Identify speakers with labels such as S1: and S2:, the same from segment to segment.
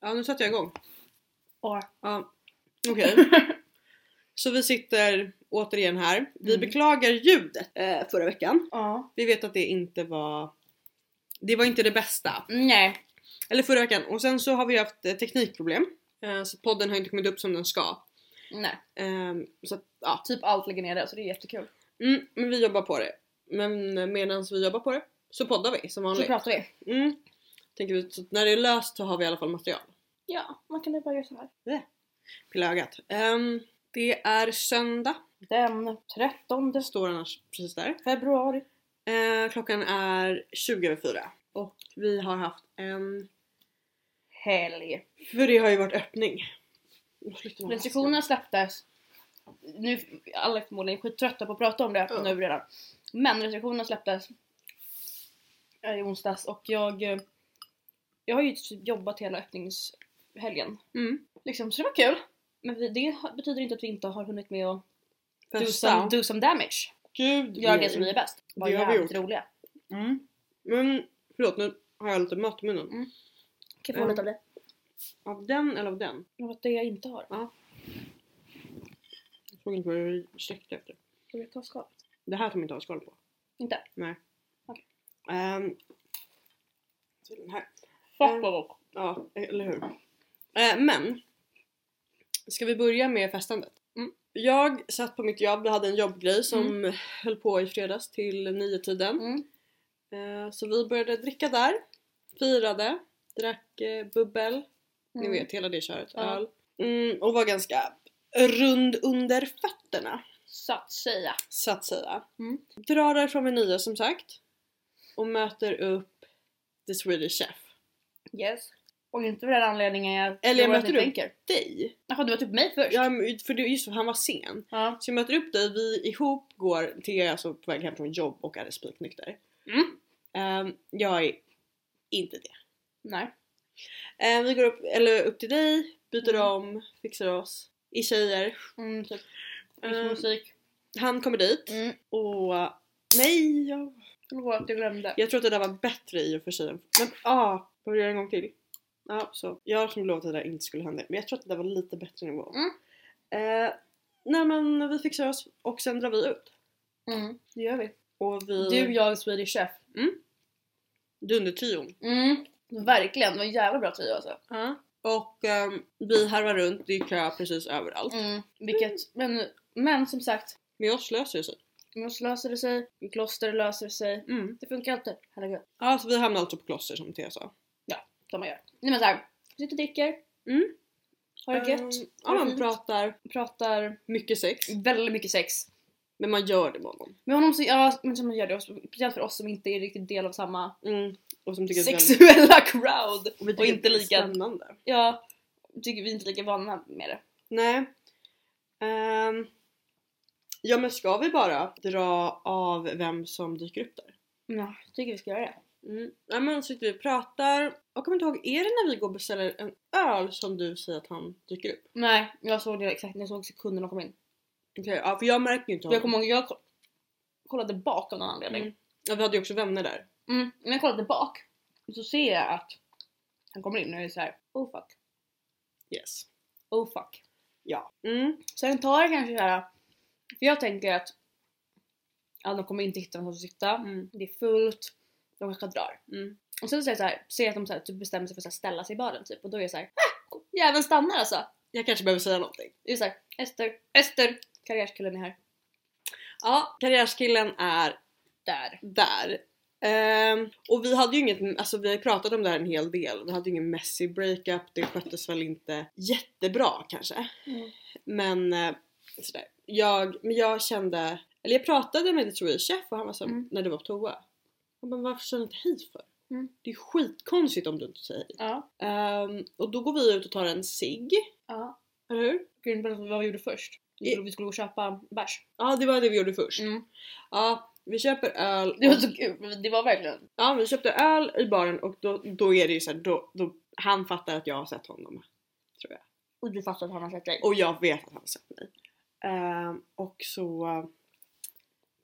S1: Ja, nu satte jag igång.
S2: Åh.
S1: Ja. Okej. Så vi sitter återigen här. Vi
S2: Mm.
S1: beklagar ljudet eh, förra veckan.
S2: Ja.
S1: Vi vet att det inte var... Det var inte det bästa.
S2: Nej.
S1: Eller förra veckan. Och sen så har vi haft eh, teknikproblem. Eh, så podden har inte kommit upp som den ska.
S2: Nej.
S1: Eh, så att, ja.
S2: Typ allt ligger nere så det är jättekul.
S1: Mm, men vi jobbar på det. Men medan vi jobbar på det så poddar vi som
S2: Så
S1: vanligt.
S2: pratar vi.
S1: Mm. Tänker vi, så att när det är löst så har vi i alla fall material.
S2: Ja, man kan ju bara göra så här.
S1: Pilla ögat. Ehm, det är söndag.
S2: Den 13
S1: Det står annars precis där.
S2: februari.
S1: Eh, klockan är 20 över fyra. Och vi har haft en...
S2: Helg.
S1: För det har ju varit öppning. Jag flyttar någon
S2: Restriktionerna släpptes. Nu, alla är förmodligen skittrötta på att prata om det
S1: Ja.
S2: nu redan. Men restriktionerna släpptes eh, i onsdags och jag eh, jag har ju typ jobbat hela öppningshelgen.
S1: mask. Mm.
S2: Liksom, så det var kul. Men vi, det har- betyder inte att vi inte har hunnit med att do some,
S1: Festa.
S2: do some damage.
S1: Gud
S2: Gör
S1: nej.
S2: det som vi är bäst. Var
S1: Det har vi
S2: jävligt
S1: gjort.
S2: roliga.
S1: Men förlåt nu har jag lite mat i munnen.
S2: Mm. Kan
S1: jag få lite
S2: av det?
S1: Av den eller av den?
S2: Något det jag inte har.
S1: Jag såg inte vad jag sträckte efter.
S2: Får jag ta skalet?
S1: Det här tar man inte av skal på.
S2: Inte?
S1: Ehm, så den här.
S2: Fuck vad gott.
S1: Ja, eller hur. Eh, men. Ska vi börja med festandet?
S2: Mm.
S1: Jag satt på mitt jobb, jag hade en jobbgrej som höll på i fredags till nio tiden.
S2: Mm.
S1: Eh, så vi började dricka där. Firade. Drack eh, bubbel. Ni
S2: Mm.
S1: vet hela det köret.
S2: Ja.
S1: Öl. Mm, och var ganska rund under fötterna.
S2: Så att säga.
S1: så att säga.
S2: Mm.
S1: Drar därifrån vid nio som sagt och möter upp The Swedish Chef.
S2: Yes. Och inte för den anledningen jag
S1: Eller
S2: tror att
S1: möter
S2: ni
S1: du?
S2: tänker.
S1: Dig?
S2: Jaha du var typ mig först?
S1: Ja, men för det, just för han var sen.
S2: Ja.
S1: Så jag möter upp dig, vi ihop går, Thea är alltså på väg hem från jobb och är spiknykter.
S2: Mm.
S1: Ehm, jag är inte det.
S2: Nej.
S1: Ehm, vi går upp, eller upp till dig, byter
S2: Mm.
S1: om, fixar oss i tjejer.
S2: Mm, typ.
S1: Ehm,
S2: Um. musik.
S1: han kommer dit
S2: Mm.
S1: och nej, jag,
S2: Förlåt jag glömde.
S1: jag tror att det där var bättre i och för sig. än- Men ah, får jag göra en gång till? Ja, så. Jag har som lovat att det där inte skulle hända men jag tror att det där var lite bättre nivå.
S2: Mm.
S1: Eh, nej men vi fixar oss och sen drar vi ut.
S2: Mm. Det gör vi.
S1: Och vi...
S2: Du, jag, Swedish Chef.
S1: Dundertrion.
S2: Mm. Verkligen, det var en jävla bra trio alltså.
S1: Och ehm, vi harvar runt, det är kö precis överallt.
S2: Mm. Vilket, men, men som sagt.
S1: Med oss löser det sig.
S2: Mos löser det sig, Kloster löser det sig.
S1: Mm.
S2: Det funkar alltid. Herregud.
S1: Ja, så vi hamnar alltså på kloster som Thea sa.
S2: som man gör. Nej men såhär, sitter och dricker.
S1: Mm.
S2: Har det gött.
S1: Ehm,
S2: Har
S1: Ja,
S2: det
S1: man
S2: fint.
S1: pratar
S2: Pratar
S1: mycket sex.
S2: väldigt mycket sex.
S1: Men man gör det med honom.
S2: Med honom så, ja men som man gör det, och speciellt för oss som inte är riktigt del av samma
S1: Mm. Och som tycker att det är väldigt-
S2: sexuella crowd.
S1: och vi tycker
S2: och inte
S1: att det är
S2: lika-
S1: spännande.
S2: Ja, tycker vi är inte lika vana med det.
S1: Nej. Ehm, ja men ska vi bara dra av vem som dyker upp där?
S2: Ja, jag tycker vi ska göra det.
S1: Mm. Ja men så sitter vi och pratar. Jag kommer inte ihåg, är det när vi går och beställer en öl som du säger att han dyker upp?
S2: Nej, jag såg det exakt när jag såg sekunderna kom in.
S1: Okej, ja för jag märker ju inte
S2: För jag kommer ihåg, jag ko- kollade bak av någon anledning.
S1: Mm. Ja, vi hade ju också vänner där.
S2: Mm. När jag kollade bak så ser jag att han kommer in och jag är såhär oh fuck,
S1: Yes.
S2: oh fuck.
S1: Ja. Mm.
S2: Sen tar det kanske såhär, för jag tänker att ja, de kommer inte hitta någonstans att sitta,
S1: Mm.
S2: det är fullt, de kanske drar.
S1: Mm.
S2: Och sen så är det såhär, ser jag att de såhär, typ bestämmer sig för att såhär, ställa sig i baren typ och då är jag såhär ah, jäveln stannar alltså!
S1: Jag kanske behöver säga någonting.
S2: Det är såhär Ester, Ester! Karriärskillen är här.
S1: Ja, karriärskillen är
S2: Där.
S1: där. Ehm, och vi hade ju inget, alltså vi har ju pratat om det här en hel del. Vi hade ju ingen messy breakup, det sköttes väl inte jättebra kanske.
S2: Mm.
S1: Men eh, sådär. Jag, men jag kände, eller jag pratade med Detroit chef och han var så
S2: Mm.
S1: när du var på toa. Han bara varför sa du inte hej för?
S2: Mm.
S1: Det är skitkonstigt om du inte säger hej.
S2: Ja.
S1: Ehm, och då går vi ut och tar en cigg,
S2: Ja.
S1: eller hur?
S2: Gud, berätta vad vi gjorde först. Vi
S1: I-
S2: skulle, vi skulle gå och köpa bärs.
S1: Ja det var det vi gjorde först.
S2: Mm.
S1: Ja, vi köper öl.
S2: Det var så kul, men det var verkligen...
S1: Ja vi köpte öl i baren och då, då är det ju såhär, då, då, han fattar att jag har sett honom.
S2: Och du fattar att han har sett dig.
S1: Och jag vet att han har sett mig. Ehm, och så eh,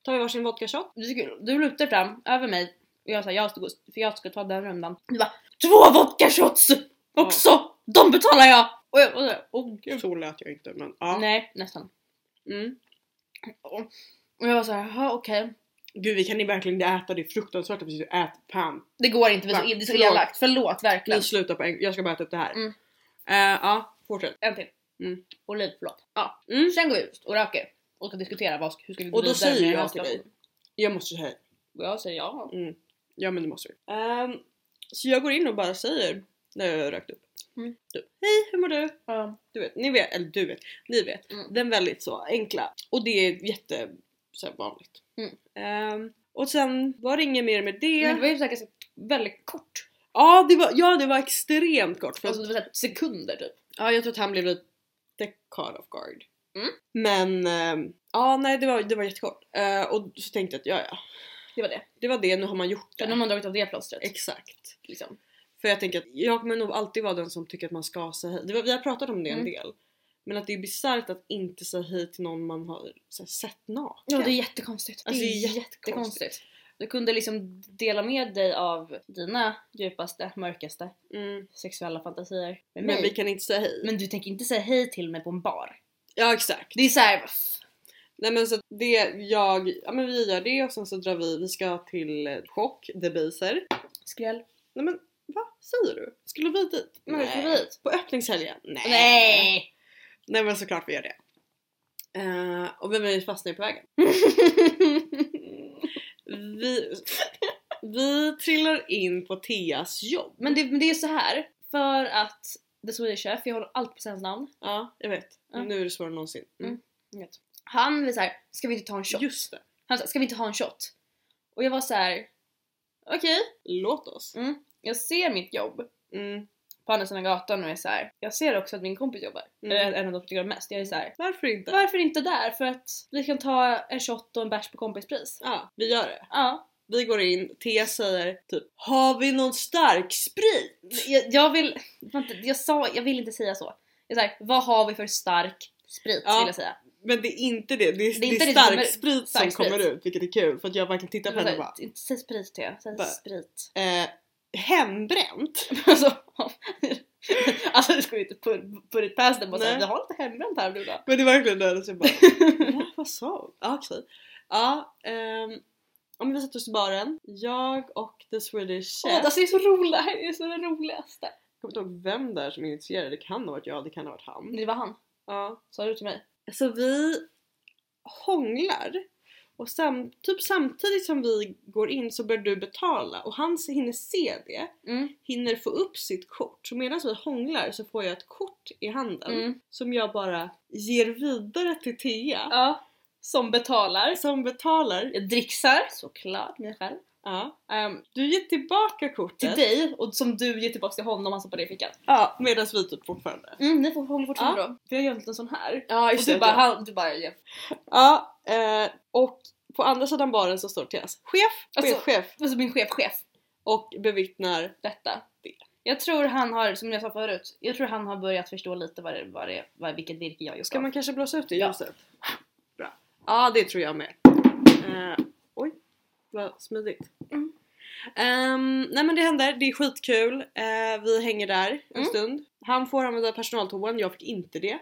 S1: tar vi varsin vodka shot.
S2: Det är så kul. Du lutar fram över mig och jag sa jag ska gå, för jag ska ta den rundan. Du bara TVÅ VODKA SHOTS! OCKSÅ! de betalar jag! Och jag och jag- åh gud.
S1: Så lät jag inte men ja.
S2: Nej, nästan.
S1: Mm.
S2: Och och jag var såhär, jaha okej.
S1: Gud vi kan ju verkligen inte äta det är fruktansvärt att vi sitter och äter pan.
S2: Det går inte, det är så,
S1: Va?
S2: det är så
S1: Förlåt.
S2: elakt. Förlåt verkligen.
S1: Vi slutar på en jag ska bara äta upp det här.
S2: Mm.
S1: Eh, ja, fortsätt.
S2: En till.
S1: Mm.
S2: Olivförlåt. Ja.
S1: Mm.
S2: Sen går vi ut och röker. Och ska diskutera vad, hur ska vi gå
S1: Och då
S2: vidare
S1: säger
S2: med den
S1: jag
S2: här
S1: till dig.
S2: situationen.
S1: Jag måste säga hej.
S2: Och jag säger ja.
S1: Ja men det måste vi. Ehm, så jag går in och bara säger när jag har rökt upp.
S2: Mm.
S1: Du, hej hur mår du?
S2: Ja.
S1: Du vet, ni vet, eller du vet, ni vet.
S2: Mm.
S1: Den väldigt så enkla. Och det är jätte så här, vanligt.
S2: Mm.
S1: Ehm, och sen var det inget mer med det.
S2: Men det var ju så här ganska väldigt kort.
S1: Ja, det var, ja det var extremt kort. För att,
S2: Alltså det var så här sekunder typ.
S1: ja, jag tror att han blev lite caught off guard.
S2: Mm.
S1: Men ehm, ja nej det var, det var jättekort. Eh, och så tänkte jag att ja ja,
S2: Det var det.
S1: det var det, nu har man gjort det.
S2: Sen har man dragit av det plåstret.
S1: Exakt.
S2: Liksom.
S1: För jag tänker att jag kommer nog alltid vara den som tycker att man ska säga hej. Det var, vi har pratat om det en
S2: Mm.
S1: del. Men att det är bisarrt att inte säga hej till någon man har så här, sett naken.
S2: Ja det är jättekonstigt.
S1: Alltså,
S2: det
S1: det är
S2: är jättekonstigt. Du kunde liksom dela med dig av dina djupaste, mörkaste
S1: mm.
S2: sexuella fantasier med
S1: Men
S2: mig.
S1: vi kan inte säga hej.
S2: Men du tänker inte säga hej till mig på en bar.
S1: Ja exakt.
S2: Det är såhär...
S1: Nej men så att det jag, ja men vi gör det och sen så drar vi, vi ska till eh, Chock, Debaser.
S2: Skräll.
S1: Nej men vad säger du? Skulle vi dit? Nej.
S2: Nej.
S1: Skulle vi dit? På öppningshelgen? Nej.
S2: Nej!
S1: Nej men såklart vi gör det. Eh, och vem är vi fastnar ju på vägen? Vi, vi trillar in på Theas jobb.
S2: men, det, men det är så här. för att The Swedish Chef, jag håller allt på hans namn.
S1: Ja, jag vet.
S2: Ja.
S1: Nu är det svårare än någonsin. Mm.
S2: Han var såhär, ska vi inte ta en shot?
S1: Just det.
S2: Han sa, ska vi inte ha en shot? Och jag var så här. okej.
S1: Låt oss.
S2: Mm. Jag ser mitt jobb
S1: Mm.
S2: på andra sidan gatan och är så här. jag ser också att min kompis jobbar.
S1: Mm.
S2: Eller en av de som tycker om mest. Jag är så här.
S1: Varför inte?
S2: varför inte där? För att vi kan ta en shot och en bärs på kompispris.
S1: Ja, vi gör det.
S2: Ja.
S1: Vi går in, Thea säger typ Har vi någon stark sprit?
S2: Jag, jag vill, vänta, jag sa, jag vill inte säga så. Jag säger, vad har vi för stark sprit
S1: Ja.
S2: vill jag säga.
S1: Men det är inte det, det är, det är,
S2: inte det som
S1: stark
S2: kommer-
S1: sprit som
S2: stark sprit.
S1: kommer ut vilket är kul för att jag verkligen tittar på henne och Typ bara
S2: Inte säg sprit till jag, säg
S1: Bara-
S2: sprit.
S1: eh, Hembränt?
S2: alltså, alltså det ska vi inte put, put it past den bara
S1: Nej.
S2: såhär, jag har inte hembränt här nu då.
S1: Men det är verkligen det, så jag bara Ja, vad sa hon? Ja, okej. Ja, ehm, ja, men vi satt oss i baren. Jag och the Swedish
S2: Åh,
S1: chef.
S2: alltså det är så roligt, det här är så det roligaste.
S1: Jag kommer inte ihåg vem det är som initierade. Det kan ha varit jag, det kan ha varit han.
S2: Det var han,
S1: Ja.
S2: sa du till mig?
S1: Så vi hånglar. Och sam, typ samtidigt som vi går in så börjar du betala och han hinner se det,
S2: Mm.
S1: hinner få upp sitt kort. Så medan vi hånglar så får jag ett kort i handen
S2: Mm.
S1: som jag bara ger vidare till Thea
S2: Ja. Som betalar.
S1: som betalar.
S2: Jag dricksar, såklart, mig själv.
S1: Ja.
S2: Ehm,
S1: Du ger tillbaka kortet.
S2: till dig och som du ger tillbaka till honom, han stoppar det i fickan.
S1: Ja, medan vi typ fortfarande.
S2: Mm, ni får hålla fortfarande
S1: Ja.
S2: då. För jag gör inte en sån här.
S1: Ja,
S2: Och du bara, han, du bara, ja.
S1: Ja, eh, och på andra sidan baren så står Theas chef,
S2: Alltså-
S1: chef, chef
S2: Alltså min chef, chef.
S1: och bevittnar
S2: detta.
S1: Det.
S2: Jag tror han har, som jag sa förut, jag tror han har börjat förstå lite vad det, vad det, vad, vilket virke jag gjort
S1: Ska
S2: av.
S1: man kanske blåsa ut det
S2: Ja.
S1: ljuset? Bra. Ja, det tror jag med. Eh, oj, vad smidigt.
S2: Mm.
S1: Ehm, nej men det händer, det är skitkul. Eh, vi hänger där en
S2: Mm.
S1: stund. Han får använda personaltoan, jag fick inte det.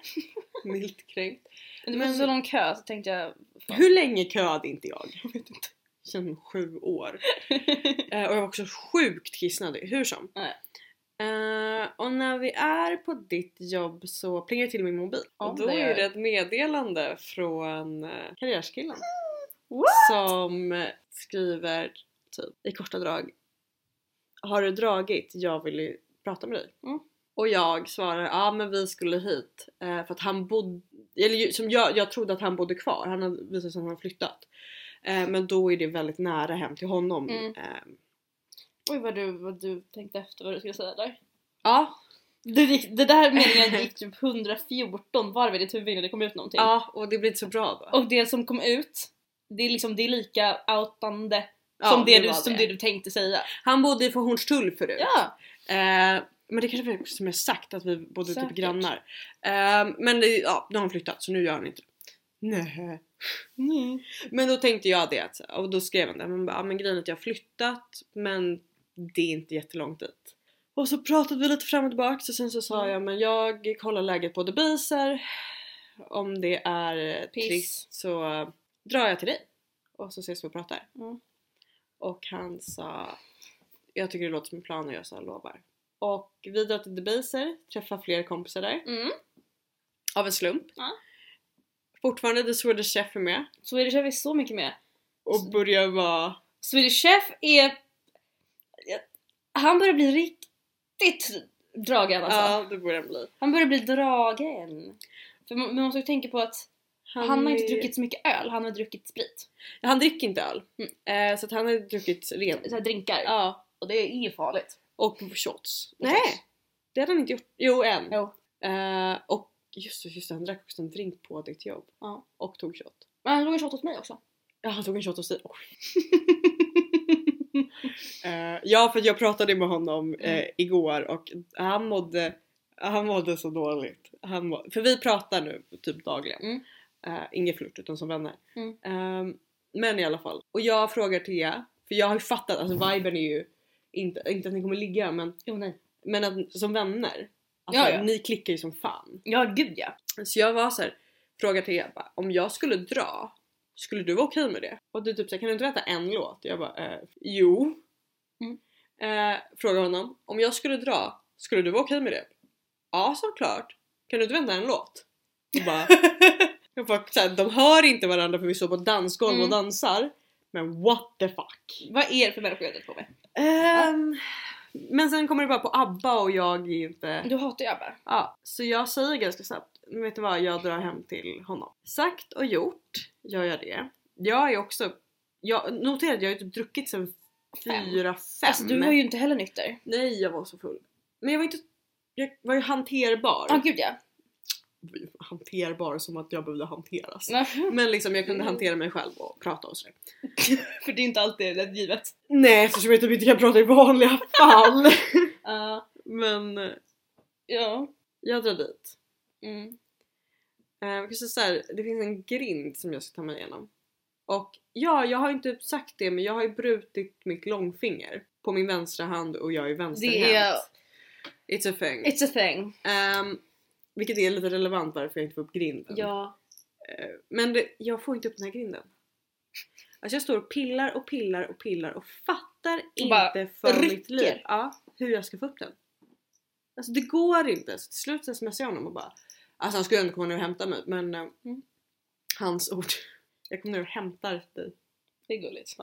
S1: Milt kränkt.
S2: Men det var
S1: men-
S2: så lång kö så tänkte jag...
S1: Hur länge köade inte jag?
S2: Jag vet inte.
S1: Sen sju år. Eh, och jag var också sjukt kissnödig, hur som.
S2: Nej.
S1: Eh, och när vi är på ditt jobb så plingar det till min mobil.
S2: Ja,
S1: och då
S2: det gör
S1: är det
S2: det.
S1: ett meddelande från eh, karriärskillen.
S2: What?
S1: Som eh, skriver typ i korta drag. Har du dragit? Jag vill ju prata med dig.
S2: Mm.
S1: Och jag svarar ja ah, men vi skulle hit. Eh, för att han bodde, eller ju- som jag, jag trodde att han bodde kvar. Han hade visat sig att han flyttat. Eh, men då är det väldigt nära hem till honom.
S2: Mm.
S1: Eh,
S2: Oj vad du, vad du tänkte efter vad du skulle säga där.
S1: Ja,
S2: Det, gick- det där meningen gick typ 114 varv i ditt huvud innan det kom ut någonting.
S1: ja och det blir inte så bra då.
S2: Och det som kom ut, det är liksom det är lika outande
S1: ja,
S2: som, det du,
S1: var
S2: som det du tänkte säga.
S1: Han bodde i Hornstull förut.
S2: Ja!
S1: Eh, men det kanske var som jag sagt att vi bodde typ
S2: Säkert.
S1: grannar. Eh, men det, ja, nu har han flyttat så nu gör han inte det. Nej.
S2: Mm.
S1: Men då tänkte jag det att- och då skrev han det. Men, bara, ja, men grejen är att jag har flyttat men det är inte jättelångt dit. Och så pratade vi lite fram och tillbaka och sen så sa
S2: Mm.
S1: jag men jag kollar läget på Debiser. Om det är
S2: Piss.
S1: trist så drar jag till dig. Och så ses vi och pratar.
S2: Mm.
S1: Och han sa jag tycker det låter som en plan och jag sa lovar. Och vi drar till Debiser, träffar fler kompisar där.
S2: Mm.
S1: Av en slump.
S2: Ja.
S1: Fortfarande The Swedish Chef är med
S2: Swedish Chef är så mycket mer.
S1: och börjar vara...
S2: Swedish Chef är... Han börjar bli riktigt dragen alltså.
S1: Ja, det börjar bli.
S2: Han börjar bli dragen. För man, man måste ju tänka på att han, har
S1: är-
S2: inte druckit så mycket öl, han har druckit sprit.
S1: Han dricker inte öl. Eh, så att han har druckit ren.
S2: Så här drinkar.
S1: Ja.
S2: Och det är ju farligt.
S1: Och shots.
S2: Och shots.
S1: Nej! Det hade han inte gjort. Jo, en.
S2: Jo.
S1: Eh, och just det, just det, han drack också en drink på ditt jobb.
S2: Ja.
S1: Och tog shot.
S2: Men han tog en shot åt mig också.
S1: Ja, han tog en shot och sig. Oj. Eh, ja, för att jag pratade med honom eh, igår och han mådde, han mådde så dåligt. Han må, för vi pratar nu typ dagligen.
S2: Mm.
S1: Eh, ingen flört utan som vänner.
S2: Mm.
S1: Ehm, men i alla fall. Och jag frågar Thea, för jag har ju fattat, alltså viben är ju inte, inte att ni kommer ligga men,
S2: Jo nej.
S1: men att, som vänner. Alltså,
S2: Ja, ja.
S1: ni klickar ju som fan.
S2: Ja gud ja.
S1: Så jag var så här, frågar Thea bara, om jag skulle dra, skulle du vara okej med det? Och du typ såhär, kan du inte veta en låt? Jag bara, eh, jo.
S2: Mm.
S1: Eh, frågar honom, om jag skulle dra, skulle du vara okej med det? Ja, såklart. Kan du inte vänta en låt? Och bara, jag bara, så här, de hör inte varandra för vi står på ett dansgolv
S2: Mm.
S1: och dansar. Men what the fuck?
S2: Vad är det för människor jag har på mig?
S1: Ehm, men sen kommer det bara på ABBA och jag är inte...
S2: Du hatar ju ABBA.
S1: Ja, så jag säger ganska snabbt, men vet du vad, jag drar hem till honom. Sagt och gjort gör jag det. Jag är också, jag noterade att jag har ju typ druckit sen
S2: Fem.
S1: fyra fem
S2: Alltså du var ju inte heller nykter.
S1: Nej jag var så full. Men jag var inte, jag var ju hanterbar.
S2: Ja gud ja.
S1: Hanterbar som att jag behövde hanteras.
S2: Nej,
S1: Men liksom jag kunde hantera mig själv och prata och sådär.
S2: för det är inte alltid rätt givet.
S1: Nej eftersom jag typ inte kan prata i vanliga fall.
S2: Ja.
S1: men eh,
S2: ja.
S1: jag drar dit.
S2: Mm.
S1: Eh, jag kan säga så här, det finns en grind som jag ska ta mig igenom. Och ja, jag har inte sagt det men jag har ju brutit mitt långfinger på min vänstra hand och jag är vänsterhänt.
S2: Det är-
S1: It's a thing.
S2: It's a thing.
S1: Ehm, vilket är lite relevant varför jag inte får upp grinden.
S2: Ja.
S1: Eh, Men det, jag får inte upp den här grinden. Alltså jag står och pillar och pillar och pillar och fattar
S2: bara
S1: inte för mitt
S2: rycker.
S1: liv ja, hur jag ska få upp den. Alltså det går inte. Så till slut så smsar jag honom och bara Alltså han skulle ändå komma ner och hämta mig men eh,
S2: Mm.
S1: hans ord. Jag kommer ner och hämtar dig.
S2: Det är gulligt.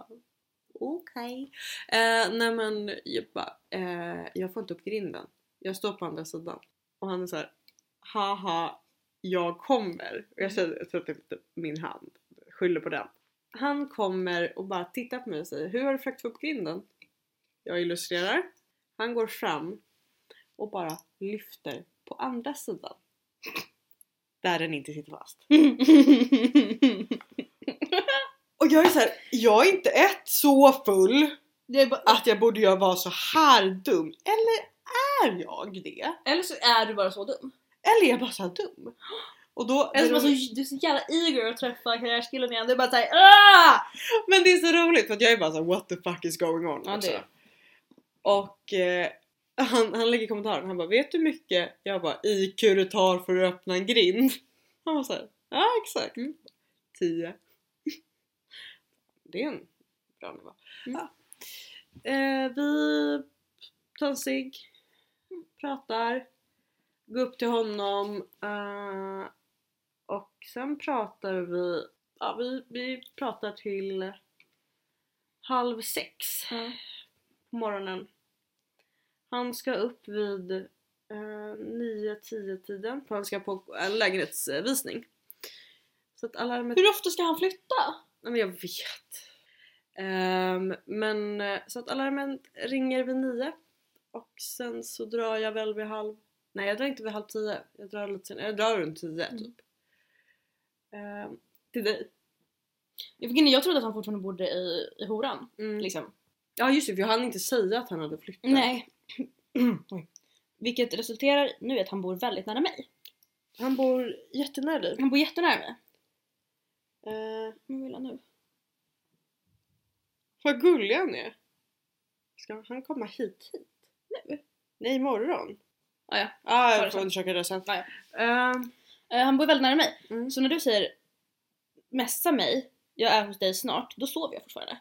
S1: Okej. Eh, nej men jag bara, eh, jag får inte upp grinden. Jag står på andra sidan. Och han är så här, haha, jag kommer. Och jag säger, jag tror att det är typ min hand, skyller på den. Han kommer och bara tittar på mig och säger, hur har du försökt få upp grinden? Jag illustrerar. Han går fram och bara lyfter på andra sidan. Där den inte sitter fast. Och jag är så här, jag är inte ett så full
S2: det är bara,
S1: att jag borde jag vara så här dum. Eller är jag det?
S2: Eller så är du bara så dum.
S1: Eller är jag bara så här dum? Och då,
S2: Eller så
S1: det
S2: bara
S1: är roligt-
S2: så, du är så jävla eager att träffa karriärskillen igen. Du är bara såhär ah!
S1: Men det är så roligt för att jag är bara så här, what the fuck is going on?
S2: Ja, det
S1: också.
S2: är-
S1: Och eh, han, han lägger kommentaren, han bara vet du hur mycket jag bara IQ du tar för att öppna en grind? Han var såhär, ja exakt. Mm. 10. Det är en bra nivå.
S2: Mm.
S1: Ja. Eh, vi tar en cigg, pratar, går upp till honom eh, och sen pratar vi, ja vi, vi pratar till halv sex på morgonen. Han ska upp vid eh, 9-10 tiden för han ska på eh, lägenhetsvisning. Så att alarmet...
S2: Hur ofta ska han flytta?
S1: Nej men jag vet. Ehm, men eh, så att alarmet ringer vid 9 och sen så drar jag väl vid halv... Nej jag drar inte vid halv 10. Jag drar lite sen... Jag drar runt 10
S2: Mm.
S1: typ. Ehm, till dig.
S2: Jag, fick in, jag trodde att han fortfarande bodde i, i horan.
S1: Liksom.
S2: Liksom.
S1: Ja just det för jag hann inte säga att han hade flyttat.
S2: Nej. Oj. Vilket resulterar nu i att han bor väldigt nära mig.
S1: Han bor jättenära dig.
S2: Han bor jättenära mig.
S1: Eh,
S2: Vad vill han nu?
S1: Vad gullig han är! Ska han komma hit hit?
S2: Nu?
S1: Nej, imorgon.
S2: Ah, ja.
S1: Ah,
S2: Ta det
S1: jag får
S2: sen.
S1: undersöka det sen.
S2: Ja, ja.
S1: Ehm,
S2: Eh, han bor väldigt nära mig.
S1: mm.
S2: Så när du säger messa mig, jag är hos dig snart, då sover jag fortfarande.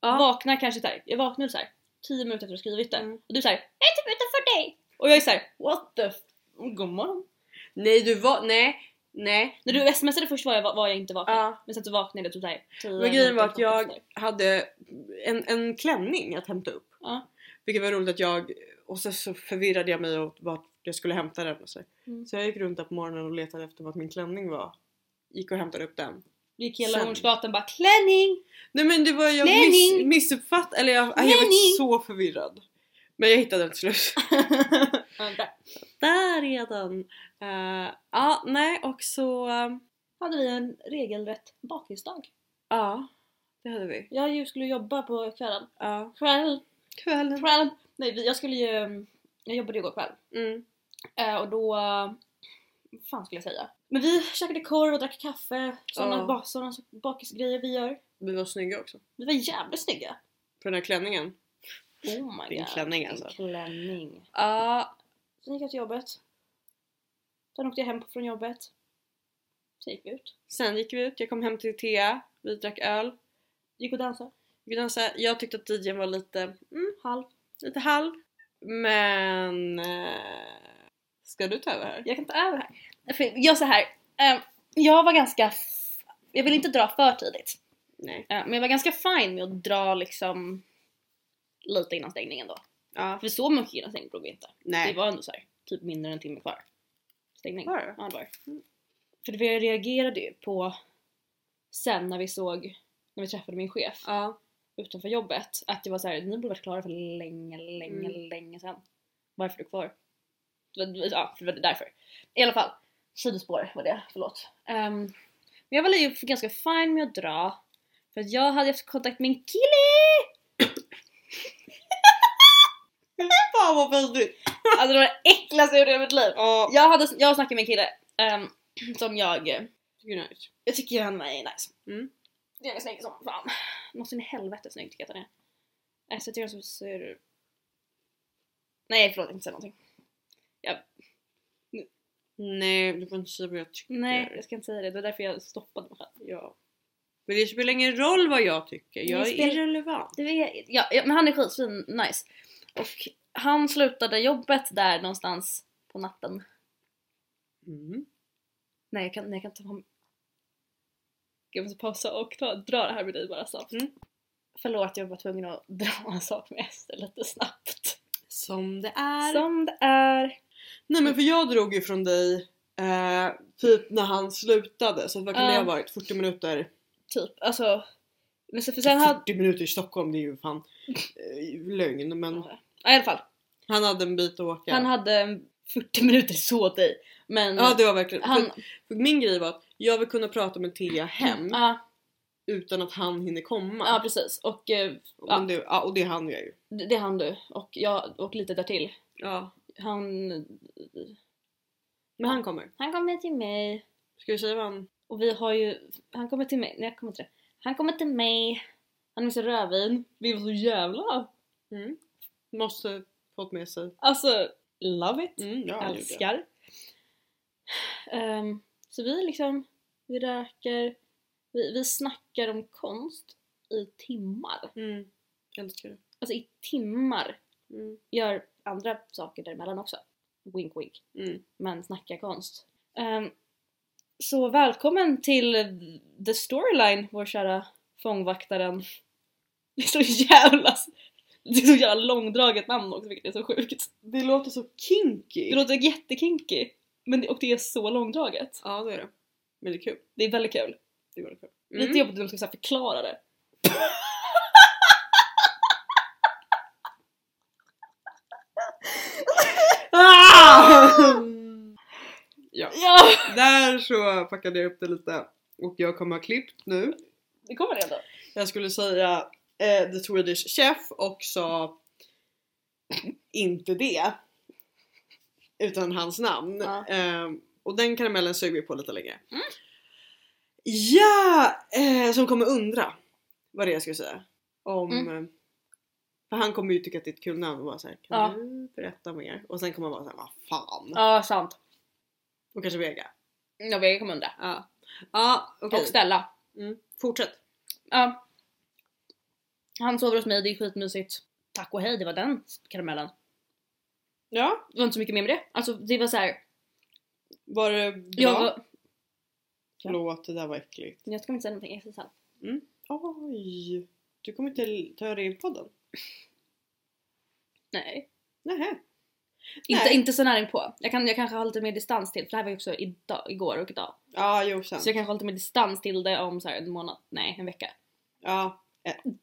S1: ja.
S2: Vaknar kanske såhär, jag vaknar såhär 10 minuter efter att jag skrivit det.
S1: Mm.
S2: Och du säger jag är typ utanför dig! Och jag är såhär what the f... Mm, God morgon.
S1: Nej, du var... Nej, nej. Ah.
S2: När du smsade först var jag, var jag inte vaken.
S1: Ja.
S2: Men sen så vaknade jag typ såhär 10
S1: Men grejen var att
S2: minuter
S1: jag
S2: efter.
S1: hade en, en klänning att hämta upp.
S2: Ja.
S1: Vilket var roligt att jag... Och sen så förvirrade jag mig åt vart jag skulle hämta den och så.
S2: Mm.
S1: Så jag gick runt där på morgonen och letade efter vart min klänning var. Gick och hämtade upp den.
S2: Gick hela
S1: Sen-
S2: Hornsgatan bara klänning!
S1: Nej men det var jag miss,
S2: Klänning!
S1: missuppfattade, eller jag, aj, jag
S2: Klänning!
S1: var så förvirrad. Men jag hittade den till slut.
S2: Ja, där.
S1: Där är den! Eh, ja, nej och så... eh,
S2: Hade vi en regelrätt bakisdag.
S1: Ja, det hade vi.
S2: Jag ju skulle jobba på kvällen.
S1: Ja.
S2: Kväll,
S1: Kvällen.
S2: kväll. Nej vi- jag skulle ju, mm, jag jobbade ju igår kväll.
S1: Mm.
S2: Eh, och då... eh, Vad fan skulle jag säga? Men vi käkade korv och drack kaffe. Sådana
S1: Ja.
S2: oh. såna bakisgrejer vi gör.
S1: Vi var snygga också.
S2: Vi var jävligt snygga.
S1: På den här klänningen.
S2: Oh my
S1: Din
S2: god.
S1: klänning,
S2: Din
S1: alltså.
S2: klänning.
S1: Ja.
S2: Sen gick jag till jobbet. Sen åkte jag hem från jobbet. Sen gick vi ut.
S1: Sen gick vi ut, jag kom hem till Thea, vi drack öl.
S2: Gick och dansade.
S1: Vi dansade. Jag tyckte att DJn var lite, mm,
S2: Halv.
S1: lite halv. Men... eh, ska du ta över här?
S2: Jag kan ta över här. För Jag så här. eh, jag var ganska... f- Jag vill inte dra för tidigt.
S1: Nej.
S2: Eh, men jag var ganska fine med att dra liksom lite innan stängningen då.
S1: Ja.
S2: För så mycket innan stängning drog vi inte.
S1: Nej.
S2: Det var ändå så här, typ mindre än en timme kvar. Stängning.
S1: Var det?
S2: Ja det var det. Mm. För det jag reagerade ju på sen när vi såg, när vi träffade min chef
S1: Ja.
S2: utanför jobbet, att det var så här, ni borde varit klara för länge, länge,
S1: Mm.
S2: länge sen. Varför är du kvar? Det var- Ja, för det var därför. I alla fall, sidospår var det, förlåt. Um, men jag var ju ganska fine med att dra, för att jag hade haft kontakt med en kille!
S1: Fan vad vidrigt!
S2: Alltså det var det äckligaste jag gjort i hela mitt liv!
S1: Ja.
S2: Jag, hade, jag snackade med en kille ehm, som jag,
S1: Goodnight.
S2: jag tycker ju han är nice.
S1: Mm.
S2: Jag är snygg som fan. Något i helvete snygg tycker jag att han är. Eh, Så jag tycker han ser... Nej förlåt, jag kan inte säga någonting.
S1: Nej, du får inte säga vad jag tycker.
S2: Nej, jag ska inte säga det. Det var därför jag stoppade mig själv.
S1: Ja. Men det spelar ingen roll vad jag tycker, jag är
S2: Det spelar-
S1: irrelevant.
S2: Du är, ja, ja, men han är skitfin, nice. Och han slutade jobbet där någonstans på natten.
S1: Mm.
S2: Nej jag kan, nej, jag kan inte ta honom. Jag måste pausa och ta, dra det här med dig bara snabbt.
S1: Mm.
S2: Förlåt jag var tvungen att dra en sak med Ester lite snabbt.
S1: Som det är.
S2: Som det är.
S1: Nej men för jag drog ju från dig eh, typ när han slutade så att vad kan det
S2: Ja.
S1: ha varit? 40 minuter?
S2: Typ, alltså. Men så, för sen hade...
S1: 40 minuter i Stockholm det är ju fan eh, lögn men
S2: Ja, i alla fall.
S1: han hade en bit att åka.
S2: Han hade mm, 40 minuter så åt dig. Men
S1: Ja det var verkligen.
S2: han...
S1: För, för min grej var att jag vill kunna prata med Thea hem
S2: Ja,
S1: utan att han hinner komma.
S2: ja precis. Och eh, ja.
S1: Men det, ja, och det hann jag ju.
S2: det det är han du. Och jag och lite därtill.
S1: Ja.
S2: Han...
S1: Men han kommer.
S2: Han kommer till mig.
S1: Ska vi säga vad han...
S2: Och vi har ju... Han kommer till mig. Nej jag kommer till det. Han kommer till mig. Han är så rödvin. Vi var så jävla...
S1: Mm. Måste fått med sig.
S2: Alltså, love it.
S1: Mm, ja, han gjorde det.
S2: älskar. Ehm, så vi liksom, vi röker, vi, vi snackar om konst i timmar.
S1: Mm. Älskar det.
S2: Alltså i timmar.
S1: Mm.
S2: Gör andra saker däremellan också. Wink wink.
S1: Mm.
S2: Men snacka konst. Ehm, så välkommen till The Storyline, vår kära fångvaktaren. Det är så jävla, det är så jävla långdraget namn också vilket är så sjukt.
S1: Det låter så kinky.
S2: Det låter jättekinky. Men det, och det är så långdraget.
S1: Ja det är det. Men det är kul. Mm.
S2: Det är väldigt kul.
S1: Det är väldigt kul.
S2: Lite jobbigt om de ska så här förklara det.
S1: Ah! ja.
S2: Ja!
S1: Där så packade jag upp det lite. Och jag kommer ha klippt nu.
S2: Det kommer det ändå.
S1: Jag skulle säga eh, The Swedish Chef och sa inte det. Utan hans namn.
S2: Ja. Mm.
S1: Eh, och den karamellen suger vi på lite längre. Ja! Eh, som kommer undra vad det är jag skulle säga. Om
S2: Mm.
S1: eh, För han kommer ju tycka att det är ett kul namn och vara såhär, kan
S2: Ja.
S1: du berätta mer? Och sen kommer han vara såhär, vad fan?
S2: Ja, sant.
S1: Och kanske Vega.
S2: Ja, Vega kommer undra.
S1: Ja, ja okej.
S2: Och Stella.
S1: Mm. Fortsätt.
S2: Ja. Han sover hos mig, det är skitmysigt. Tack och hej, det var den karamellen.
S1: Ja,
S2: Det var inte så mycket mer med det. Alltså det var så här.
S1: var det bra?
S2: Jag, var, Ja.
S1: Förlåt, det där var äckligt.
S2: jag ska inte säga någonting, jag säger sen.
S1: Oj! Du kommer inte ta det i podden?
S2: Nej.
S1: Nähä.
S2: Inte,
S1: Nej.
S2: inte så nära inpå. Jag, kan, jag kanske har lite mer distans till, för det här var ju också idag, igår och idag.
S1: Ja, jo sen.
S2: Så jag kanske har lite mer distans till det om så här en månad, nej en vecka.
S1: Ja. En-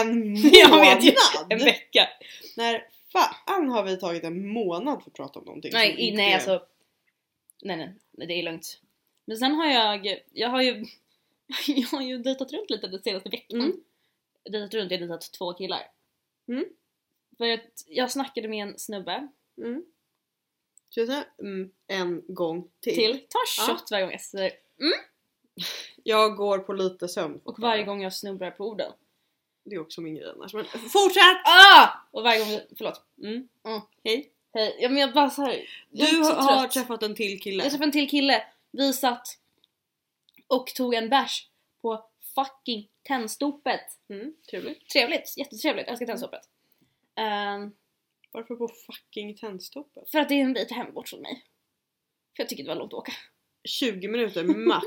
S1: En
S2: Jag vet ju. En
S1: månad!
S2: vecka!
S1: När fan har vi tagit en månad för att prata om någonting?
S2: Nej,
S1: som
S2: i,
S1: inte
S2: nej
S1: är-
S2: alltså. Nej, nej nej, det är lugnt. Men sen har jag, jag har ju, jag har ju dejtat runt lite den senaste veckan.
S1: Mm.
S2: Dejtat runt, jag har dejtat två killar.
S1: Mm.
S2: För att jag snackade med en snubbe
S1: Mm. Ska jag säga mm, en gång till?
S2: till, ta en
S1: Typ. Ja.
S2: shot varje gång jag säger
S1: Jag går på lite sömn.
S2: och varje gång jag snubblar på orden.
S1: Det är också min grej annars. Men
S2: Alltså,
S1: fortsätt!
S2: Ah! Och varje gång, förlåt.
S1: Mm.
S2: Mm.
S1: Hej.
S2: Hej, ja men jag bara såhär.
S1: Du har träffat en till kille.
S2: Jag träffade en till kille, vi satt och tog en bärs på fucking Tennstopet.
S1: Mm, trevligt.
S2: Trevligt, jättetrevligt, jag älskar Tennstopet. Ehm,
S1: Varför på fucking Tennstoppet?
S2: för att det är en bit hem bort från mig. För jag tycker det var långt att åka.
S1: 20 minuter max.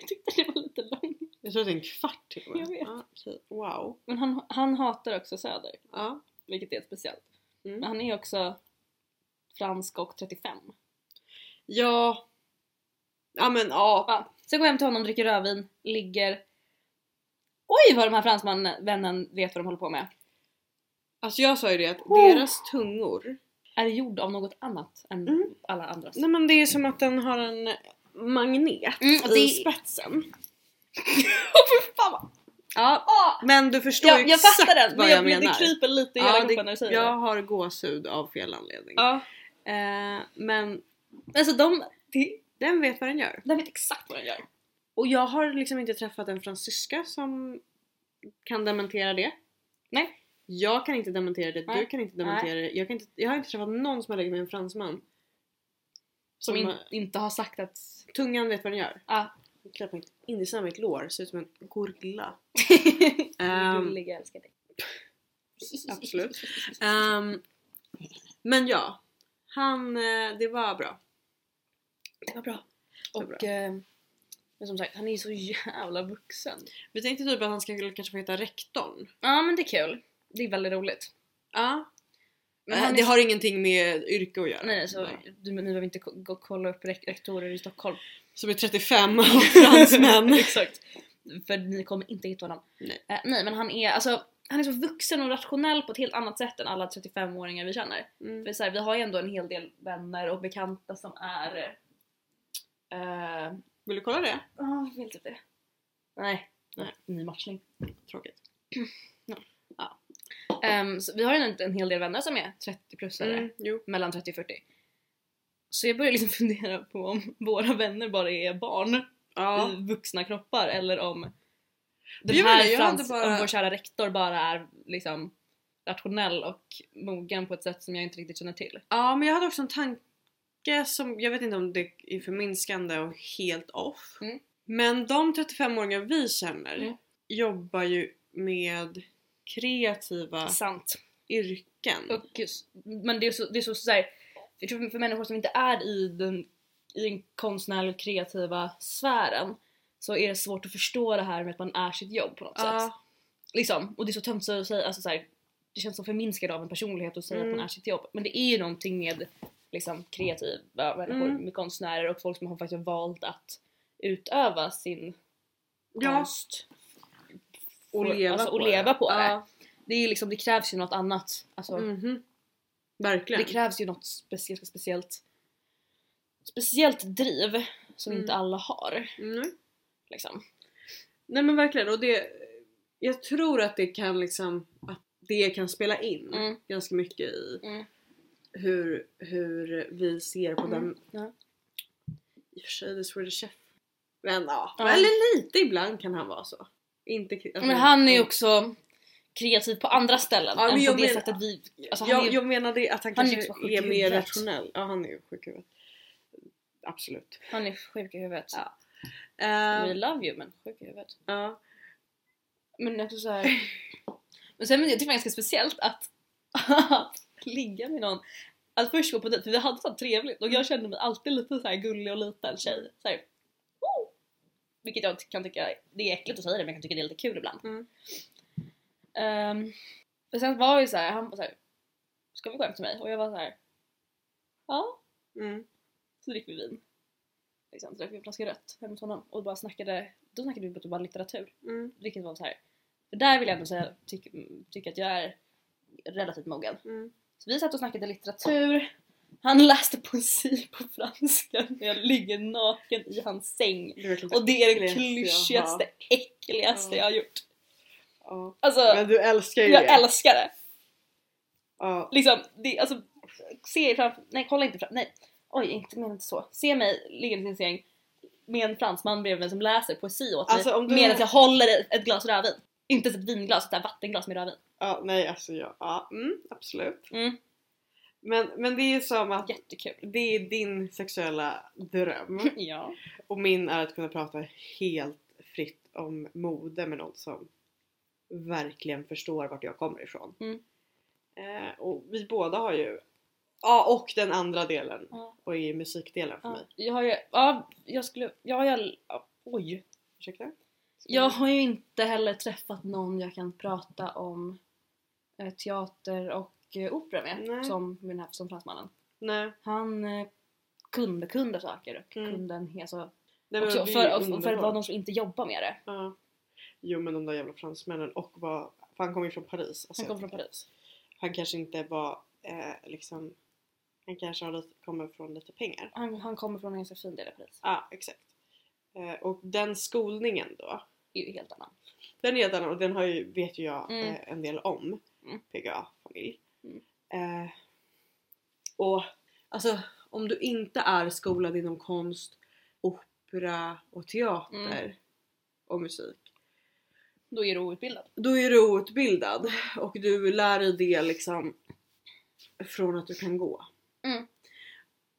S2: jag tyckte det var lite långt.
S1: Jag tror att det är en kvart till och med.
S2: Jag vet.
S1: Ja, okej. wow.
S2: Men han, han hatar också Söder,
S1: Ja.
S2: vilket är speciellt.
S1: Mm.
S2: Men han är också fransk och 35.
S1: ja. Ja men ja.
S2: Ja, så jag går jag hem till honom, dricker rödvin, ligger... Oj vad de här fransmännen vet vad de håller på med.
S1: Alltså jag sa ju det att
S2: Oh.
S1: deras tungor.
S2: Är gjord av något annat än
S1: Mm.
S2: alla andras.
S1: Nej men det är som att den har en magnet
S2: Mm,
S1: i
S2: och det-
S1: spetsen.
S2: Fan vad...
S1: Ja.
S2: Ah!
S1: Men du förstår
S2: Jag,
S1: ju
S2: jag
S1: exakt
S2: fattar
S1: vad
S2: den men
S1: jag,
S2: jag, blir-
S1: menar.
S2: det kryper lite i hela
S1: ja,
S2: kroppen när du
S1: det,
S2: säger
S1: jag
S2: det.
S1: har gåshud av fel anledning.
S2: Ja.
S1: Eh, men
S2: Alltså de, de,
S1: den vet vad den gör.
S2: de vet exakt vad de gör.
S1: Och jag har liksom inte träffat en fransyska som kan dementera det.
S2: Nej.
S1: Jag kan inte dementera det, du
S2: Nej.
S1: kan inte dementera det. Jag, kan inte, jag har inte träffat någon som har legat med en fransman.
S2: Som
S1: Som
S2: in,
S1: har-
S2: inte har sagt att...
S1: Tungan vet vad den gör.
S2: Ah.
S1: Den klappar inte in i samma mitt lår, ser ut som en gorilla. Ehm,
S2: Gullig, jag älskar dig.
S1: Absolut. ehm, men ja, han, eh, det var bra.
S2: Det var bra.
S1: Det var
S2: Och eh, men som sagt, han är ju så jävla vuxen.
S1: Vi tänkte typ att han skulle kanske få heta rektorn.
S2: Ja men det är kul. Det är väldigt roligt.
S1: Ja.
S2: Men
S1: Eh,
S2: han är
S1: det
S2: så-
S1: har ingenting med yrke att göra.
S2: Nej, alltså- nej, så du, ni behöver inte ko- gå, kolla upp rek- rektorer i Stockholm.
S1: Som är 35 och fransmän.
S2: Exakt. För ni kommer inte hitta honom.
S1: Nej.
S2: Eh, nej men han är, alltså, han är så vuxen och rationell på ett helt annat sätt än alla 35-åringar vi känner.
S1: Mm.
S2: För så här, vi har ju ändå en hel del vänner och bekanta som är... Eh,
S1: Vill du kolla det?
S2: ah, jag vill typ det. Nej.
S1: Nej.
S2: Ny matchning.
S1: Tråkigt.
S2: Ehm, så vi har ju en, en hel del vänner som är 30-plussare.
S1: Mm, jo.
S2: Mellan 30 och 40. Så jag börjar liksom fundera på om våra vänner bara är barn.
S1: Ja.
S2: i vuxna kroppar eller om den
S1: Jag
S2: här
S1: menar, jag hade
S2: Frans,
S1: bara-
S2: om vår kära rektor bara är liksom rationell och mogen på ett sätt som jag inte riktigt känner till.
S1: Ja men jag hade också en tanke som, jag vet inte om det är förminskande och helt off.
S2: Mm.
S1: Men de 35-åringar vi känner
S2: Mm.
S1: jobbar ju med kreativa
S2: Sant.
S1: yrken.
S2: Och, s- men det är så, det är så, så här, jag tror för människor som inte är i den, i den konstnärliga och kreativa sfären så är det svårt att förstå det här med att man är sitt jobb på något sätt.
S1: Ja,
S2: Liksom, och det är så tömt att säga, alltså så här, det känns så förminskad av en personlighet att säga att
S1: Mm.
S2: man är sitt jobb. Men det är ju någonting med liksom, kreativa människor,
S1: Mm.
S2: med konstnärer och folk som har faktiskt valt att utöva sin
S1: ja.
S2: konst.
S1: Och
S2: För-
S1: leva
S2: alltså,
S1: på
S2: och leva
S1: det.
S2: på det.
S1: Ja.
S2: Det, är liksom, det krävs ju något annat. Alltså,
S1: Mhm.
S2: Det
S1: Verkligen.
S2: krävs ju något speciellt, speciellt, speciellt driv som
S1: Mm.
S2: inte alla har.
S1: Mm.
S2: Liksom.
S1: Nej men verkligen och det Jag tror att det kan liksom att det kan spela in
S2: Mm.
S1: ganska mycket i
S2: Mm.
S1: hur, hur vi ser på
S2: Mm.
S1: den
S2: Ja.
S1: I och för sig, The Swedish Chef men ja,
S2: Ja.
S1: eller lite ibland kan han vara så inte, alltså,
S2: Men han är ju också kreativ på andra ställen
S1: Ja, men
S2: än på
S1: jag
S2: det
S1: men-
S2: sättet vi... Alltså, han
S1: jag,
S2: är ju,
S1: jag menade att han,
S2: han är ju
S1: kanske
S2: sjuk i
S1: är mer
S2: huvudet.
S1: rationell. Ja, han är ju sjuk i huvudet. Absolut.
S2: han är sjuk i huvudet.
S1: Ja. Eh,
S2: We love you men sjuk i huvudet.
S1: ja.
S2: Men också så här. Men sen men jag tycker det var ganska speciellt att, att ligga med någon. Att först gå på dejt, för vi hade så trevligt och jag kände mig alltid lite så här gullig och liten tjej. Så här, oh! Vilket jag kan tycka, det är äckligt att säga det men jag kan tycka det är lite kul ibland.
S1: Mm.
S2: Ehm, och sen var ju så här, han var så här. Ska vi gå hem till mig? Och jag var så här. Ja,
S1: Mm.
S2: så dricker vi vin. Liksom, så drack vi en flaska rött hemma hos honom och bara snackade, då snackade vi bara litteratur.
S1: Mm.
S2: Vilket var så här. För där vill jag ändå säga, tycka tycker att jag är relativt mogen.
S1: Mm.
S2: Så vi satt och snackade litteratur, han läste poesi på franska när jag ligger naken i hans säng.
S1: Du vet lite
S2: Och det är det
S1: äckligt,
S2: klyschigaste,
S1: Ja.
S2: äckligaste jag har gjort.
S1: jaha.
S2: Alltså,
S1: Ja. Men du älskar ju det.
S2: jag älskar det!
S1: Ja.
S2: Liksom, det, alltså, se er framför, nej kolla inte framför, nej. Oj, inte menar inte så. Se mig ligga i sin säng med en fransman bredvid mig som läser poesi åt mig
S1: Alltså, om du-
S2: medan jag håller ett- ett glas rödvin. Inte ens ett vinglas, utan ett vattenglas med rödvin.
S1: ja. Nej alltså jag, ja. Mm, absolut.
S2: Mm.
S1: Men, men det är ju som att
S2: Jättekul.
S1: det är din sexuella dröm.
S2: Ja.
S1: Och min är att kunna prata helt fritt om mode med någon som verkligen förstår vart jag kommer ifrån.
S2: Mm.
S1: Eh, och vi båda har ju, ja och den andra delen
S2: Ja.
S1: och i musikdelen för
S2: ja.
S1: mig.
S2: Jag har ju, ja, jag skulle, jag har ju, ja, oj.
S1: Ursäkta? Ska
S2: Jag har ju inte heller träffat någon jag kan prata om eh, teater och eh, opera
S1: Nej.
S2: med som, med den här, som fransmannen.
S1: Nej.
S2: Han eh, kunde, kunde saker och
S1: Mm.
S2: kunde en, alltså,
S1: Nej men
S2: också
S1: det är
S2: för,
S1: ju
S2: och- och för att vara
S1: underbart.
S2: någon som inte jobbar med det.
S1: Ja. Jo men de där jävla fransmännen och vad, för han kommer ju från Paris. Alltså,
S2: Han kom
S1: jag
S2: från
S1: tänker-
S2: Paris.
S1: Han kanske inte var eh, liksom, han kanske har lite, kommer från lite pengar.
S2: Han, han kommer från en ganska fin del av Paris.
S1: Ja ah, exakt. Eh, och den skolningen då.
S2: Det är ju helt annan.
S1: Den är helt annan och den har ju, vet ju jag
S2: Mm.
S1: eh, en del om.
S2: Mm.
S1: PGA-familj.
S2: Mm.
S1: Eh, och alltså om du inte är skolad inom konst, opera och teater
S2: Mm.
S1: och musik.
S2: Då är du outbildad.
S1: Då är du outbildad och du lär dig det liksom från att du kan gå.
S2: Mm.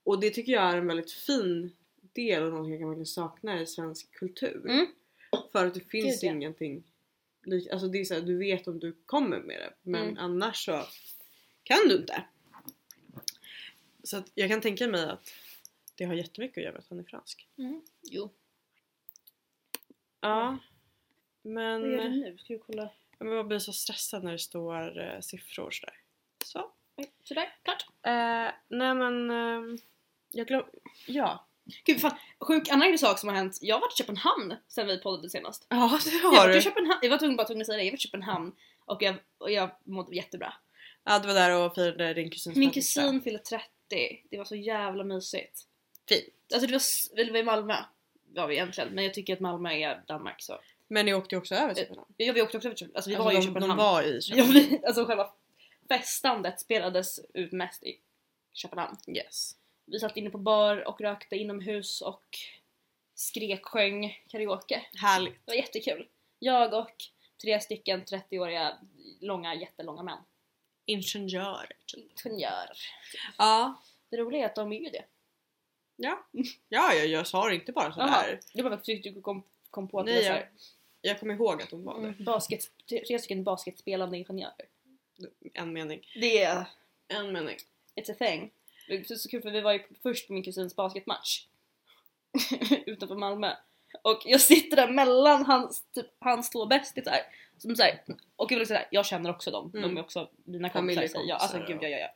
S1: Och det tycker jag är en väldigt fin del och någonting jag kan verkligen sakna i svensk kultur.
S2: Mm.
S1: För att det finns
S2: Gud, ja.
S1: ingenting lik- Alltså det är så här, du vet om du kommer med det men
S2: Mm.
S1: annars så kan du inte. Så att jag kan tänka mig att det har jättemycket att göra med att han är fransk.
S2: Jo.
S1: Ja. Men... eh,
S2: Vad gör du nu? Ska du kolla?
S1: Ja, Men man blir så stressad när det står eh, siffror sådär. Så.
S2: Oj, Sådär, klart.
S1: Eh, nej men... ehm, jag glöm... Ja.
S2: Gud fan, sjuk annan sak som har hänt. Jag har varit i Köpenhamn sen vi poddade senast.
S1: Ja det
S2: Jag
S1: har
S2: var, i
S1: du.
S2: Köpenhamn, jag var tvungen, bara tvungen att säga det, jag var i Köpenhamn och jag, och jag mådde jättebra.
S1: Ja du var där och firade din kusins
S2: Min
S1: födelsedag.
S2: kusin fyllde 30, det var så jävla mysigt.
S1: Fint.
S2: Alltså det var, s- eller det var i Malmö var vi egentligen, men jag tycker att Malmö är Danmark så.
S1: Men ni åkte ju också över till Köpenhamn.
S2: Ja Eh, vi åkte också över till Köpenhamn, alltså vi
S1: Alltså,
S2: var ju i
S1: de,
S2: Köpenhamn.
S1: De var i Köpenhamn.
S2: Ja, vi, alltså själva festandet spelades ut mest i Köpenhamn.
S1: Yes.
S2: Vi satt inne på bar och rökte inomhus och skrek, sjöng karaoke.
S1: Härligt.
S2: Det var jättekul. Jag och tre stycken 30-åriga långa, jättelånga män.
S1: Ingenjörer. typ.
S2: Ingenjörer.
S1: Ja.
S2: Det roliga är att de är ju det.
S1: Ja. Ja jag, jag sa det inte bara sådär.
S2: Du bara försökte du kom, kom på att
S1: Nej,
S2: det var så
S1: jag
S2: här,
S1: Jag kommer ihåg att de var det.
S2: mm, basket, tre stycken basketspelande ingenjörer.
S1: En mening.
S2: Det är...
S1: En mening.
S2: It's a thing. Det är så kul för vi var ju först på min kusins basketmatch. Utanför Malmö. Och jag sitter där mellan hans, typ, hans två bästisar. Som så här, och jag, vill säga, jag känner också dem,
S1: Mm.
S2: de är också mina kompisar.
S1: Familjekompisar,
S2: säger jag. Alltså
S1: ja.
S2: gud ja ja ja.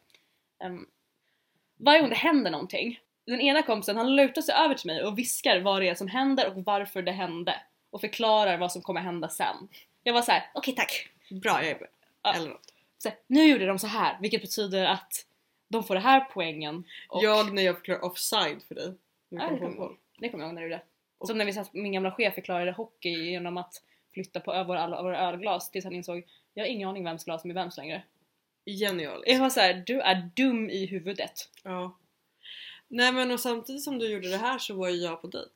S2: Ehm, varje gång det händer någonting, den ena kompisen han lutar sig över till mig och viskar vad det är som händer och varför det hände. Och förklarar vad som kommer hända sen. Jag var så här: okej tack.
S1: Bra jag är med.
S2: Ja.
S1: Eller något.
S2: Så, här, nu gjorde de så här, vilket betyder att de får det här poängen. Och
S1: Jag när jag förklarar offside för dig. Nu
S2: Ja,
S1: kom
S2: det
S1: på
S2: kommer jag
S1: ihåg.
S2: ihåg. Det kommer jag ihåg när du gjorde. Som när vi satt, min gamla chef förklarade hockey genom att flytta på ö- våra, alla våra ölglas tills han insåg jag har ingen aning vems glas som är vems längre.
S1: Genialiskt.
S2: Jag var såhär, du är dum i huvudet.
S1: Ja. Nej men och samtidigt som du gjorde det här så var ju jag på dejt.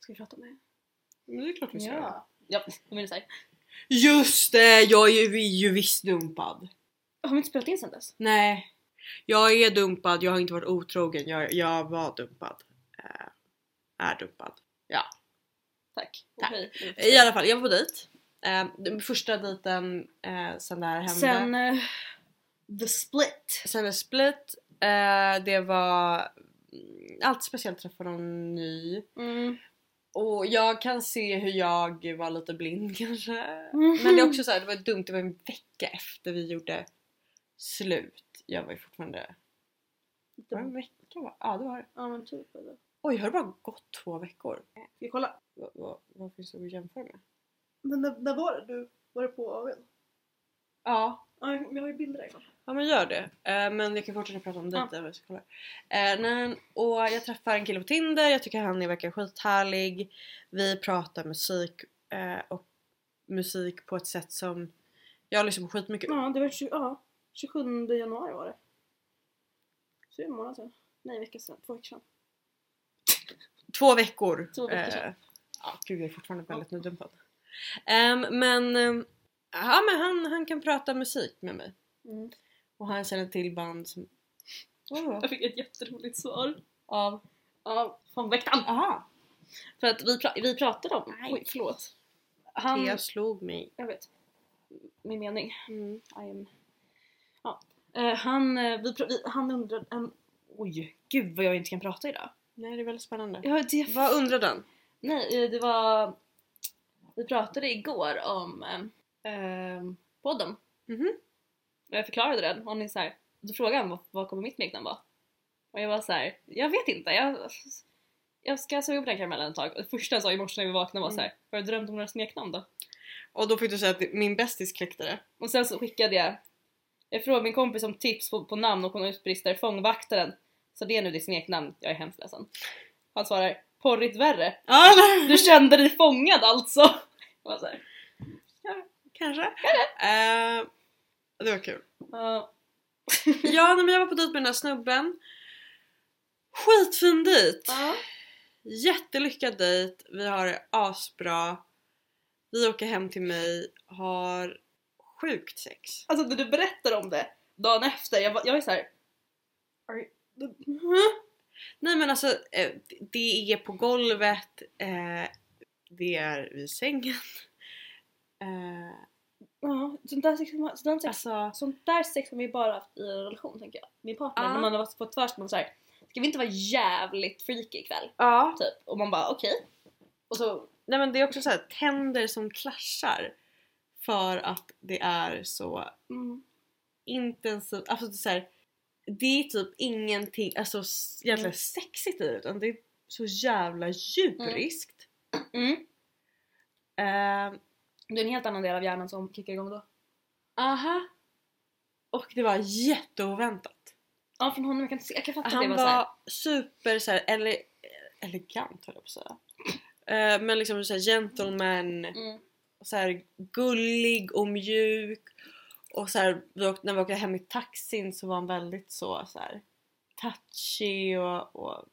S2: Ska vi prata om det?
S1: Men det är klart vi ska.
S2: Ja. Ja, jag menar såhär.
S1: Just det, jag är ju, är ju visst dumpad.
S2: Har vi inte spelat in sen dess?
S1: Nej. Jag är dumpad, jag har inte varit otrogen, jag, jag var dumpad. Eh, är dumpad.
S2: Tack.
S1: Tack.
S2: Okej.
S1: I alla fall, jag var på dejt. Eh, den första dejten eh, sen det här hände.
S2: Sen... eh, the split.
S1: Sen är split. Eh, det var mm, allt speciellt träffa någon ny.
S2: Mm.
S1: Och jag kan se hur jag var lite blind kanske. Men det är också så här, det var dumt, det var en vecka efter vi gjorde slut. Jag var ju fortfarande... Det var en vecka va? Ja det var det.
S2: Ja men typ. eller?
S1: Oj har det bara gått två veckor?
S2: Ska vi kolla?
S1: Vad, vad, vad finns det att jämföra med?
S2: Men när, när var det du? Var det på AWn?
S1: Ja.
S2: Ja, jag jag har ju bilder därifrån.
S1: Ja men gör det. Eh, men jag kan fortsätta prata om dejter. Ja. Uh, nej, och jag träffar en kille på Tinder, jag tycker han är- verkar skithärlig. Vi pratar musik eh, och musik på ett sätt som jag lyssnar på skitmycket.
S2: Ja, det var 20, ja, 27 januari var det. Så det är en månad sedan. Nej, en vecka sedan. Två veckor sedan.
S1: Två veckor.
S2: Två veckor sedan.
S1: Eh, ja, gud jag är fortfarande väldigt nydumpad. Ehm, men, ehm, ja, men han, han kan prata musik med mig.
S2: Mm. Oh.
S1: Och han känner till band som... Åh,
S2: Jag fick ett jätteroligt svar.
S1: Av...
S2: Av fångväktaren.
S1: Aha!
S2: För att vi, pra- vi pratade om...
S1: Aj.
S2: Oj, förlåt.
S1: Han...
S2: Han...
S1: Thea slog mig.
S2: Jag vet. Min mening. I am... Ja. Eh, han, eh, vi, pr- vi, han undrade... han- oj, gud vad jag inte kan prata idag.
S1: Nej det är väldigt spännande.
S2: Ja, det,
S1: Vad undrar den?
S2: Nej, eh, det var... Vi pratade igår om eh, eh, podden.
S1: Mhm.
S2: Och jag förklarade den och ni så här, då frågade han vad, vad kommer mitt smeknamn vara? Och jag var så här, jag vet inte. Jag, jag ska suga på den karamellen ett tag. Och det första jag sa i morse när vi vaknade var så här, har du drömt om några smeknamn då?
S1: Och då fick du säga att det- min bästis kläckte det.
S2: Och sen så skickade jag, jag frågade min kompis om tips på, på namn och hon utbrister fångvaktaren. Så det är nu ditt smeknamn, jag är hemskt ledsen. Han svarar, porrigt värre.
S1: Ja,
S2: Du kände dig fångad alltså! Jag var så här,
S1: kanske. Eh, det var kul.
S2: Ja.
S1: Ja nej, men jag var på dejt med den här snubben. Skitfin dejt! Jättelyckad dejt. Vi har det asbra. Vi åker hem till mig, har sjukt sex.
S2: Alltså när du berättar om det dagen efter, jag var, jag var så här.
S1: Nej men alltså eh, det är på golvet, eh, det är vid sängen. Eh,
S2: Ja, sånt där sex, sånt där sex,
S1: Alltså
S2: sånt där sex har vi bara haft i en relation tänker jag. Min partner,
S1: Ja.
S2: när man har varit på ett först, man såhär Ska vi inte vara jävligt freaky ikväll?
S1: ja.
S2: Typ. Och man bara okej. Och så,
S1: Nej men det är också så här tänder som klaschar för att det är så
S2: mm,
S1: intensivt, alltså det är så här, det är typ ingenting alltså s- egentligen
S2: Mm.
S1: sexigt i det utan det är så jävla djuriskt.
S2: mm.
S1: Eh,
S2: Det är en helt annan del av hjärnan som kickar igång då.
S1: aha. Och det var jätteoväntat.
S2: Ja från honom, jag kan, inte se- jag kan fatta att det
S1: Han
S2: var,
S1: var,
S2: så såhär.
S1: super så här, ele elegant höll jag på att säga. Eh, men liksom så här, gentleman,
S2: Mm.
S1: så här, gullig och mjuk. Och så här, vi åkte, när vi åkte hem i taxin så var han väldigt så, så här, touchy och, och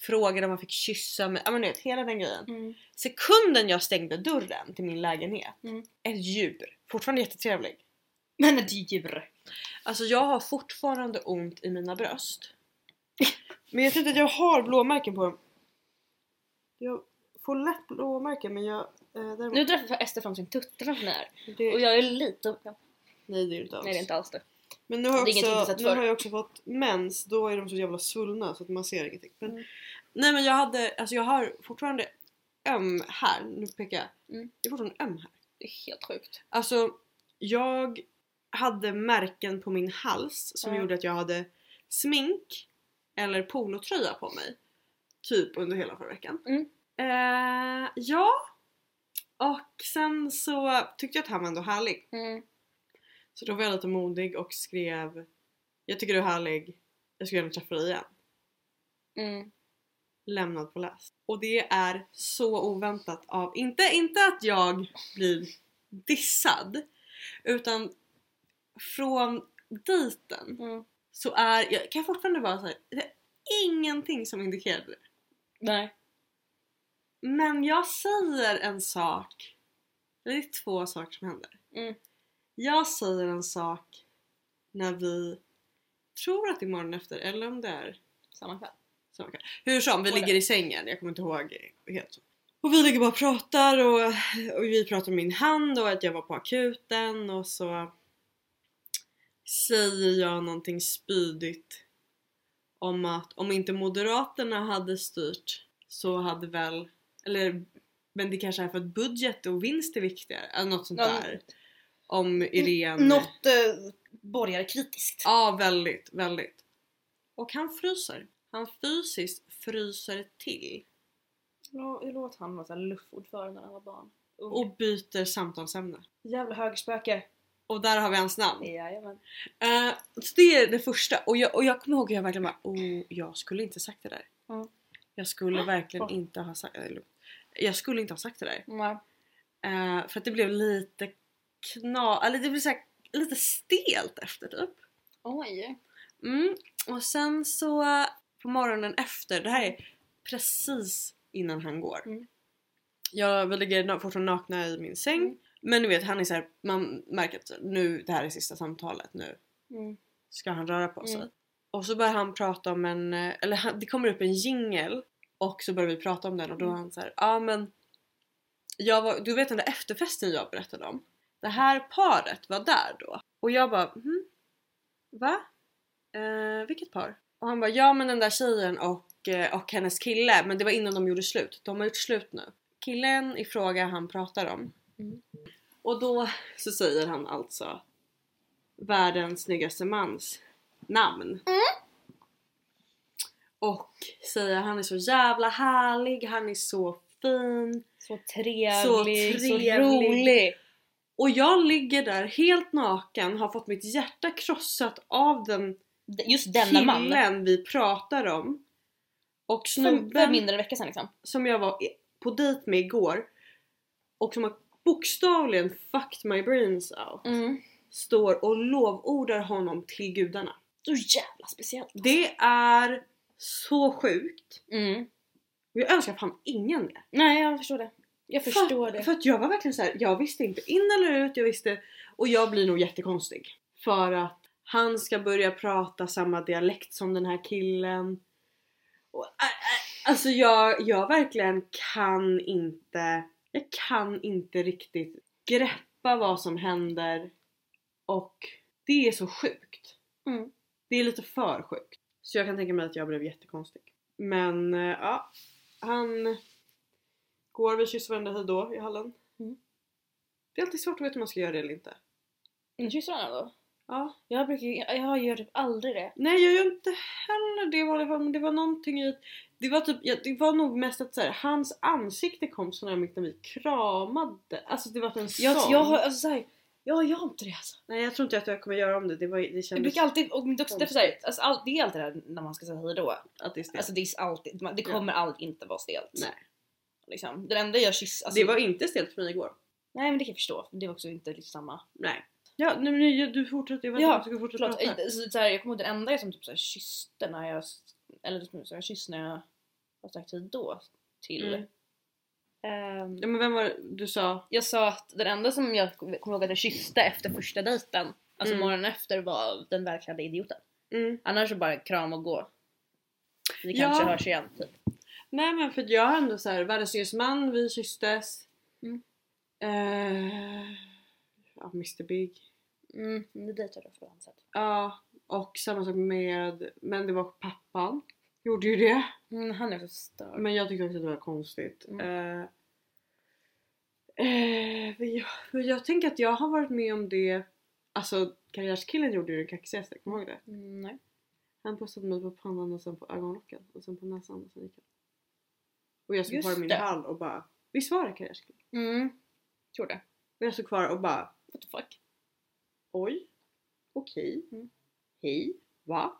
S1: frågade om man fick kyssa mig. Ja men du vet hela den grejen.
S2: Mm.
S1: Sekunden jag stängde dörren till min lägenhet,
S2: Mm.
S1: ett djur, fortfarande jättetrevlig.
S2: Men ett djur!
S1: Alltså jag har fortfarande ont i mina bröst. Men jag tror inte att jag har blåmärken på dem. Jag får lätt blåmärken men jag... Eh, däremot,
S2: Nu drar Ester fram sin tutte framför mig här.
S1: det,
S2: Och jag är lite uppknäppt.
S1: nej det är det inte alls.
S2: Nej det är inte alls det.
S1: Men nu har, jag
S2: det är ingenting vi
S1: också,
S2: sett
S1: nu
S2: förr.
S1: har jag också fått mens, då är de så jävla svullna så att man ser ingenting. Men,
S2: Mm.
S1: Nej men jag hade, alltså jag har fortfarande öm här, nu pekar jag.
S2: Mm.
S1: Det är fortfarande öm här.
S2: Det är helt sjukt.
S1: Alltså jag hade märken på min hals som
S2: Ja.
S1: gjorde att jag hade smink eller polotröja på mig. Typ under hela förra veckan.
S2: Mm.
S1: Eh, ja. Och sen så tyckte jag att han var ändå härlig.
S2: Mm.
S1: Så då var jag lite modig och skrev Jag tycker du är härlig. Jag skulle gärna träffa dig igen.
S2: Mm.
S1: Lämnad på läst. Och det är så oväntat av, inte, inte att jag blir dissad utan från dejten
S2: Mm.
S1: så är jag, kan jag fortfarande vara så här, det är ingenting som indikerar det.
S2: Nej.
S1: Men jag säger en sak Det är två saker som händer.
S2: Mm.
S1: Jag säger en sak när vi tror att det är morgonen efter eller om det är
S2: Samma kväll.
S1: samma kväll. Hur som, vi
S2: Båda.
S1: ligger i sängen. Jag kommer inte ihåg helt. Och vi ligger bara och pratar och, och vi pratar om min hand och att jag var på akuten och så säger jag någonting spydigt om att om inte Moderaterna hade styrt så hade väl, eller men det kanske är för att budget och vinst är viktigare, eller något sånt
S2: Ja,
S1: där. Om Irene...
S2: Något eh, borgarkritiskt.
S1: Ja, väldigt, väldigt. Och han fryser. Han fysiskt fryser till
S2: Jag låt han vara såhär luffordförande när han var barn. Ung.
S1: och byter samtalsämne.
S2: Jävla högerspöke.
S1: Och där har vi hans namn.
S2: Jajamän.
S1: Eh, så det är det första. Och jag, och jag kommer ihåg att jag verkligen bara oh, jag skulle inte sagt det där.
S2: Mm.
S1: Jag skulle verkligen
S2: Oj.
S1: inte ha sagt det där. Jag skulle inte ha sagt det där.
S2: Mm.
S1: Eh, för att det blev lite kna... Eller det blev så här, lite stelt efter typ.
S2: Oj.
S1: Mm. Och sen så eh, på morgonen efter, det här är precis innan han går.
S2: Mm.
S1: Jag vi ligger na- fortfarande nakna i min säng.
S2: Mm.
S1: Men du vet han är så här, man märker att nu, det här är sista samtalet nu
S2: Mm.
S1: ska han röra på sig.
S2: Mm.
S1: Och så börjar han prata om en, eh, eller han, det kommer upp en jingel och så börjar vi prata om den och då är
S2: Mm.
S1: han så här, ja men jag var, du vet den där efterfesten jag berättade om? Det här paret var där då och jag bara "Mhm. va? Eh, vilket par? Och han bara ja men den där tjejen och, eh, och hennes kille men det var innan de gjorde slut. De har gjort slut nu. Killen i fråga han pratar om
S2: Mm.
S1: och då så säger han alltså världens snyggaste mans namn.
S2: Mm.
S1: Och säger han är så jävla härlig, han är så fin.
S2: Så trevlig,
S1: Så
S2: så,
S1: trevlig.
S2: rolig.
S1: Och jag ligger där helt naken, har fått mitt hjärta krossat av den
S2: D- Just denna man.
S1: killen vi pratar om. Och
S2: Som för
S1: snubben
S2: mindre än en vecka sedan liksom.
S1: som jag var i- på dejt med igår och som har bokstavligen fucked my brains out
S2: Mm.
S1: står och lovordar honom till gudarna.
S2: Så jävla speciellt.
S1: Det är så sjukt.
S2: Mm.
S1: Och jag önskar fan ingen det.
S2: Nej jag förstår det. Jag förstår
S1: för,
S2: det.
S1: För att jag var verkligen så här, jag visste inte in eller ut, jag visste... Och jag blir nog jättekonstig. För att han ska börja prata samma dialekt som den här killen. Och, äh, äh, alltså jag, jag verkligen kan inte... Jag kan inte riktigt greppa vad som händer. Och det är så sjukt.
S2: Mm.
S1: Det är lite för sjukt. Så jag kan tänka mig att jag blev jättekonstig. Men eh, ja, han går vi kysser varandra hejdå i hallen.
S2: Mm.
S1: Det är alltid svårt att veta om man ska göra det eller inte.
S2: Nu kysser han då?
S1: Ja.
S2: Jag brukar ju- jag gör typ aldrig det.
S1: Nej jag gör inte heller det i vanliga fall men det var någonting i... Det var, typ, ja, det var nog mest att så här, hans ansikte kom så nära mitt när vi kramade. Alltså det var en sån.
S2: Jag, jag har alltså såhär, jag gör inte det alltså.
S1: Nej jag tror inte att jag kommer göra om det. Det, var, det
S2: Jag
S1: kändes
S2: brukar alltid, och men det är också därför såhär, alltså, all, det är alltid det här när man ska säga hejdå.
S1: att det är stelt.
S2: Alltså det är alltid, man- det
S1: Ja.
S2: kommer allt inte vara stelt.
S1: Nej.
S2: Liksom. Den enda jag kysser, alltså,
S1: det var inte stelt för mig igår.
S2: nej men det kan jag förstå, det var också inte liksom samma.
S1: Nej. Ja nu, nu du fortsätter. Jag vet
S2: Ja,
S1: inte om du ska fortsätta
S2: Förlåt,
S1: prata.
S2: eh, så, så här, jag kommer ihåg den enda jag som typ så här, kysste när jag, eller typ så jag kysste när jag var sagt hejdå till.
S1: Mm.
S2: Ehm,
S1: Ja men vem var det du sa?
S2: jag sa att den enda som jag kom- kommer ihåg att jag kysste efter första dejten, alltså
S1: Mm.
S2: morgonen efter var den välklädda idioten.
S1: Mm.
S2: Annars så bara kram och gå. Vi
S1: Ja.
S2: kanske hörs igen typ.
S1: Nej men för att jag har ändå så här, världens snyggaste man, vi kysstes.
S2: Mm.
S1: Eh, ja, Mr Big.
S2: Mm, det dejtade jag på hans sätt.
S1: Ja, och samma sak med, men det var pappan. Gjorde ju det.
S2: Mm, han är så störd.
S1: Men jag tyckte också att det var konstigt.
S2: Mm.
S1: Eh, eh, för jag, för jag tänker att jag har varit med om det. Alltså karriärskillen gjorde ju det kaxigaste, kommer du ihåg det?
S2: Mm, nej.
S1: Han pussade mig på pannan och sen på ögonlocken och sen på näsan och sen gick han. Och jag stod
S2: Just
S1: kvar i min
S2: det.
S1: hall och bara Visst var det karriärskillen?
S2: Mm. Tror det.
S1: Och jag stod kvar och bara
S2: What the fuck?
S1: oj, okej,
S2: Mm.
S1: hej, va?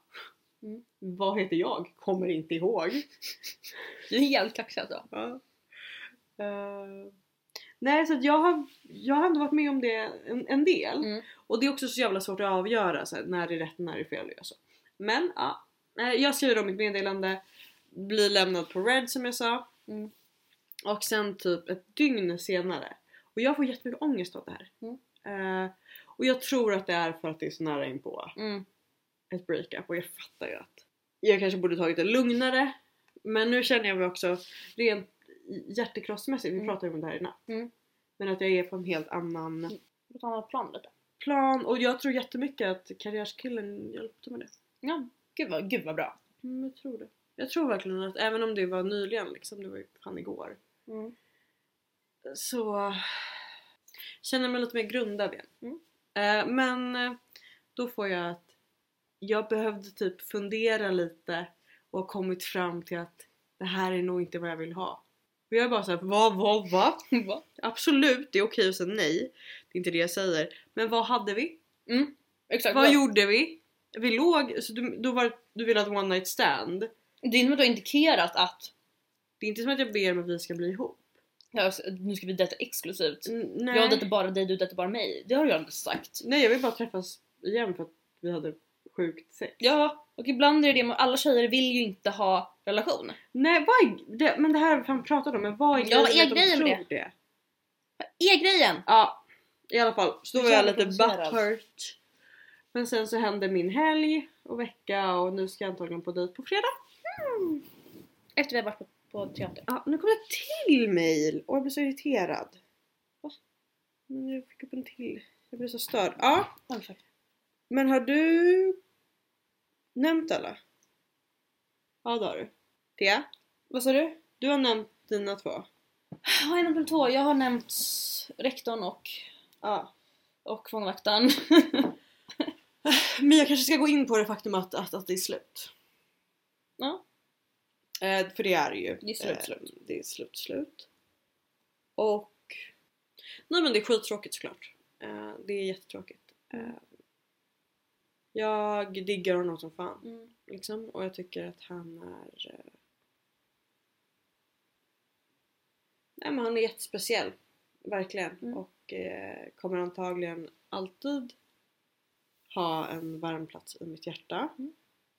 S2: Mm.
S1: Vad heter jag? Kommer inte ihåg.
S2: Du är jävligt kaxig alltså.
S1: Eh, nej så att jag har, jag har ändå varit med om det en, en del.
S2: Mm.
S1: Och det är också så jävla svårt att avgöra så här, när det är rätt och när det är fel. Och så. Men ja, Eh, jag skriver om mitt meddelande, blir lämnad på red som jag sa.
S2: Mm.
S1: Och sen typ ett dygn senare. Och jag får jättemycket ångest av det här.
S2: Mm.
S1: Eh, och jag tror att det är för att det är så nära inpå
S2: Mm.
S1: ett breakup och jag fattar ju att jag kanske borde tagit det lugnare. Men nu känner jag mig också rent hjärtekrossmässigt, vi
S2: Mm.
S1: pratade ju om det här i natt.
S2: Mm.
S1: Men att jag är på en helt annan
S2: På ett annat plan lite.
S1: plan och jag tror jättemycket att karriärskillen hjälpte med det.
S2: Ja. Gud vad, gud vad bra.
S1: Mm, jag tror det. Jag tror verkligen att även om det var nyligen liksom, det var ju fan igår.
S2: Mm.
S1: Så känner jag mig lite mer grundad igen.
S2: Mm.
S1: Eh, men eh, då får jag att jag behövde typ fundera lite och ha kommit fram till att det här är nog inte vad jag vill ha. Och jag är bara såhär, vad, vad, vad?
S2: Va?
S1: Absolut, det är okej att säga nej. Det är inte det jag säger. Men vad hade vi?
S2: Exakt.
S1: Vad
S2: vad-
S1: gjorde vi? Vi låg, så du, då var, det- du ville ha ett one night stand.
S2: Det är inte som att du har indikerat att
S1: Det är inte som att jag ber om att vi ska bli ihop.
S2: ja, alltså, nu ska vi dejta exklusivt.
S1: N- nej.
S2: Jag dejtar bara dig, du dejtar bara mig. Det har jag inte sagt.
S1: nej, jag vill bara träffas igen för att vi hade sjukt sex.
S2: Ja, och ibland är det det med alla tjejer vill ju inte ha relation.
S1: Nej, vad är, det, men det här har vi fan pratat om, men vad är
S2: Ja, vad är
S1: att de
S2: grejen med
S1: tror det?
S2: Är E grejen!
S1: Ja, i alla fall. Så då
S2: Så
S1: var jag
S2: jävla
S1: lite
S2: provocerad.
S1: butthurt. Men sen så hände min helg och vecka och nu ska jag antagligen på dejt på fredag.
S2: Efter vi har varit på, på teatern.
S1: Ja, nu kom det till mail och jag blev så irriterad. Va? Men jag fick upp en till. Jag blev så störd. Ja, men har du nämnt alla? Ja, det har du. Thea,
S2: Vad sa du?
S1: du har nämnt dina två.
S2: Jag har nämnt de två. Jag har nämnt rektorn och,
S1: Ja.
S2: och fångvaktaren.
S1: Men jag kanske ska gå in på det faktum att, att, att det är slut.
S2: Ja.
S1: Eh, för det är det ju.
S2: Det är slut,
S1: Eh,
S2: slut.
S1: Det är slut, slut. Och... Nej men det är skittråkigt såklart. Eh, det är jättetråkigt. Eh, jag diggar honom som fan.
S2: Mm.
S1: Liksom, och jag tycker att han är... Eh... Nej men han är jättespeciell. Verkligen.
S2: Mm.
S1: Och eh, kommer antagligen alltid ha en varm plats i mitt hjärta.
S2: Mm.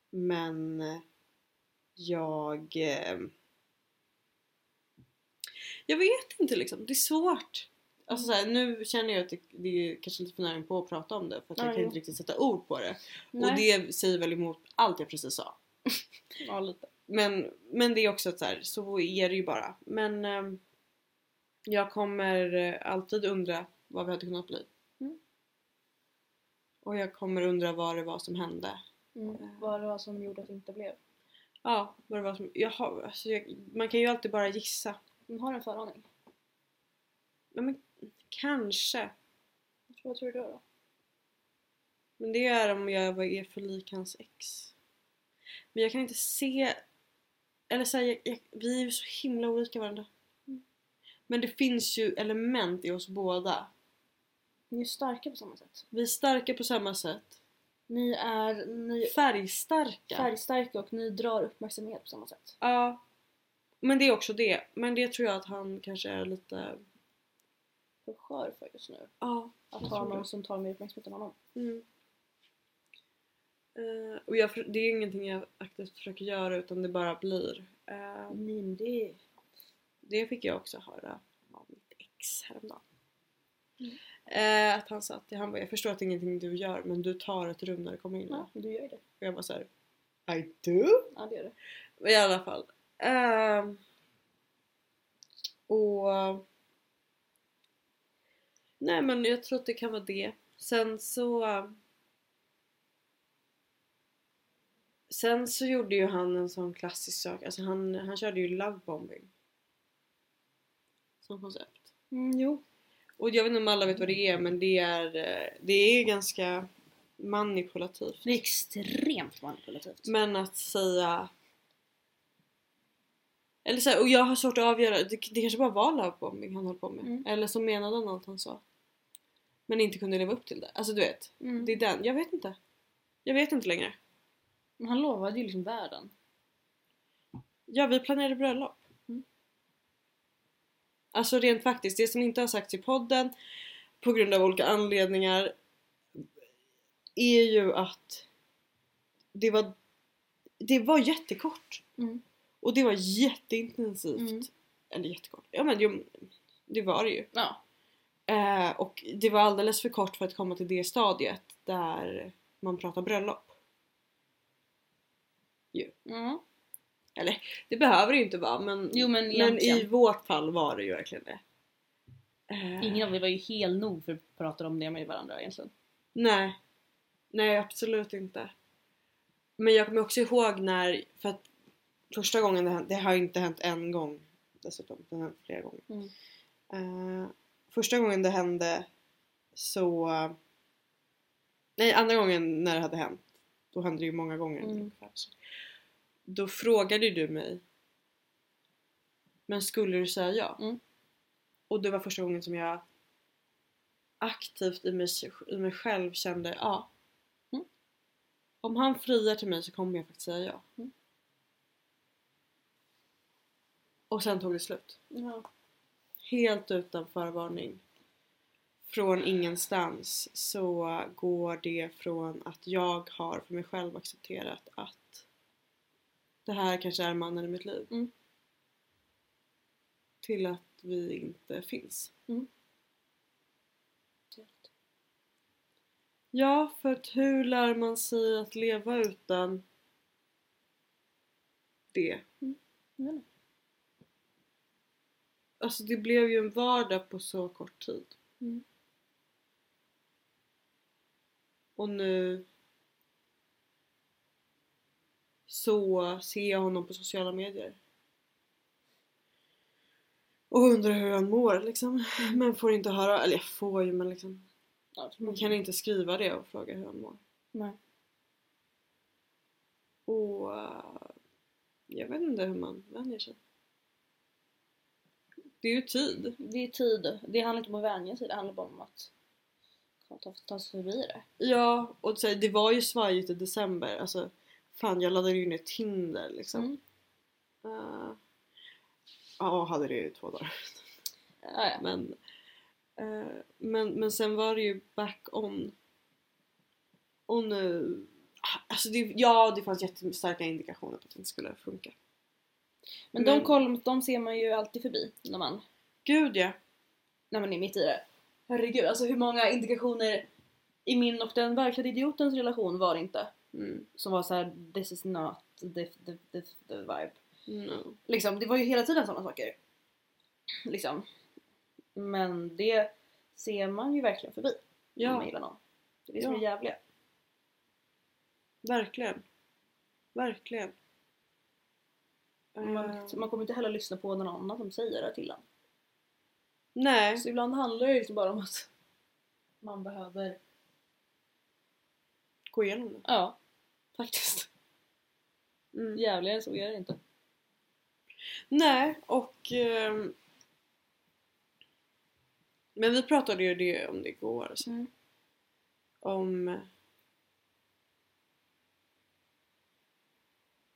S1: Men eh, jag... Eh, jag vet inte liksom, det är svårt. Alltså så här, nu känner jag att det, det är kanske lite för nära på att prata om det för att
S2: Ja,
S1: jag kan
S2: jo.
S1: inte riktigt sätta ord på det. Och
S2: Nej.
S1: det säger väl emot allt jag precis sa.
S2: Ja, lite.
S1: Men, men det är också att så, här, så är det ju bara. Men ehm, jag kommer eh, alltid undra vad vi hade kunnat bli.
S2: Mm.
S1: Och jag kommer undra vad det var som hände.
S2: Mm. Vad det var som gjorde att det inte blev.
S1: Ja, vad det var som... Jag har, alltså jag, man kan ju alltid bara gissa.
S2: Hon har en föraning.
S1: Ja, men kanske.
S2: Vad tror du då?
S1: Men det är om jag var- är för lik hans ex. Men jag kan inte se... Eller så här, jag, jag, vi är ju så himla olika varandra. Men det finns ju element i oss båda.
S2: Ni är starka på samma sätt.
S1: Vi är starka på samma sätt.
S2: Ni är ni är
S1: Färgstarka.
S2: färgstarka och ni drar uppmärksamhet på samma sätt.
S1: Ja. Men det är också det. Men det tror jag att han kanske är lite...
S2: För skör för just nu.
S1: Ja.
S2: Att
S1: Jag
S2: ha
S1: tror
S2: någon
S1: det.
S2: som tar mer uppmärksamhet än honom.
S1: Mm. Eh, och jag, för- det är ingenting jag aktivt försöker göra utan det bara blir. Eh,
S2: Ni, det är...
S1: Det fick jag också höra av mitt ex häromdagen.
S2: Mm.
S1: Eh, att han sa att han bara, jag förstår att det är ingenting du gör men du tar ett rum när du kommer in.
S2: Ja, du gör ju det.
S1: Och jag bara såhär, I do?
S2: Ja, det gör du.
S1: I alla fall. Ehm, och... Nej men jag tror att det kan vara det. Sen så... Sen så gjorde ju han en sån klassisk sak, alltså han, han körde ju lovebombing. Som koncept.
S2: Mm, jo.
S1: Och jag vet inte om alla vet vad det är men det är, eh, det är ganska manipulativt.
S2: Det är extremt manipulativt.
S1: Men att säga... Eller så här, och jag har svårt att avgöra, det, det kanske bara var lovebombing han höll på med.
S2: Mm.
S1: Eller så menade han allt han sa. Men inte kunde leva upp till det. Alltså du vet,
S2: Mm.
S1: det är den. Jag vet inte. Jag vet inte längre.
S2: Men han lovade ju liksom världen.
S1: Ja, vi planerade bröllop.
S2: Mm.
S1: Alltså rent faktiskt, det som inte har sagts i podden på grund av olika anledningar är ju att det var, det var jättekort.
S2: Mm.
S1: Och det var jätteintensivt.
S2: Mm.
S1: Eller jättekort. Ja men det, det var det ju.
S2: Ja.
S1: Eh, och det var alldeles för kort för att komma till det stadiet där man pratar bröllop.
S2: Mm.
S1: Det behöver det ju inte vara men,
S2: Jo men,
S1: men i
S2: egentligen.
S1: vårt fall var det ju verkligen det. Eh,
S2: Ingen av er var ju hel nog för att prata om det med varandra egentligen.
S1: Nej. Nej, absolut inte. Men jag kommer också ihåg när, för att första gången det hände, det har inte hänt en gång dessutom, det har hänt flera gånger.
S2: Mm.
S1: Eh, första gången det hände så... Nej, andra gången när det hade hänt, då hände det ju många gånger.
S2: Mm.
S1: ungefär. Då frågade ju du mig Men skulle du säga ja?
S2: Mm.
S1: Och det var första gången som jag aktivt i mig, i mig själv kände ja.
S2: Mm.
S1: Om han friar till mig så kommer jag faktiskt säga ja.
S2: Mm.
S1: Och sen tog det slut.
S2: Ja.
S1: Helt utan förvarning. Från ingenstans så går det från att jag har för mig själv accepterat att det här kanske är mannen i mitt liv.
S2: Mm.
S1: Till att vi inte finns.
S2: Mm.
S1: Ja, för att hur lär man sig att leva utan det?
S2: Mm.
S1: Alltså det blev ju en vardag på så kort tid.
S2: Mm.
S1: Och nu så ser jag honom på sociala medier. Och undrar hur han mår liksom.
S2: Mm.
S1: Men får inte höra, eller jag får ju men liksom.
S2: Ja, det tror
S1: Man
S2: jag.
S1: kan inte skriva det och fråga hur han mår.
S2: Nej.
S1: Och eh, jag vet inte hur man vänjer sig. Det är ju tid.
S2: Det är tid. Det handlar inte om att vänja sig, det handlar bara om att ta, ta sig förbi det.
S1: Ja, och så här, det var ju svajigt i december. Alltså, fan jag laddade ju ner Tinder liksom.
S2: Mm.
S1: Eh, ja, hade det ju i två dagar.
S2: Ja, ja.
S1: Men, eh, men, men sen var det ju back on. Och nu... Alltså det, ja, det fanns jättestarka indikationer på att det inte skulle funka.
S2: Men,
S1: Men-
S2: de koll, de ser man ju alltid förbi när man,
S1: Gud ja!
S2: när man är mitt i det. Herregud, alltså hur många indikationer i min och den verkliga idiotens relation var det inte?
S1: Mm.
S2: Som var så här: this is not the, the, the, the vibe.
S1: No.
S2: Liksom, det var ju hela tiden sådana saker. Liksom. Men det ser man ju verkligen förbi när man
S1: Ja,
S2: gillar någon. Det är det som
S1: Ja.
S2: är jävligt.
S1: verkligen. Verkligen. Eh,
S2: Man, man kommer inte heller lyssna på någon annan som säger det till en.
S1: nej.
S2: Så ibland handlar det ju liksom bara om att man behöver...
S1: Gå igenom det.
S2: Ja, faktiskt.
S1: Mm.
S2: Jävligare än så är det inte.
S1: Nej, och... ehm, men vi pratade ju det om det igår. Så,
S2: Mm.
S1: Om...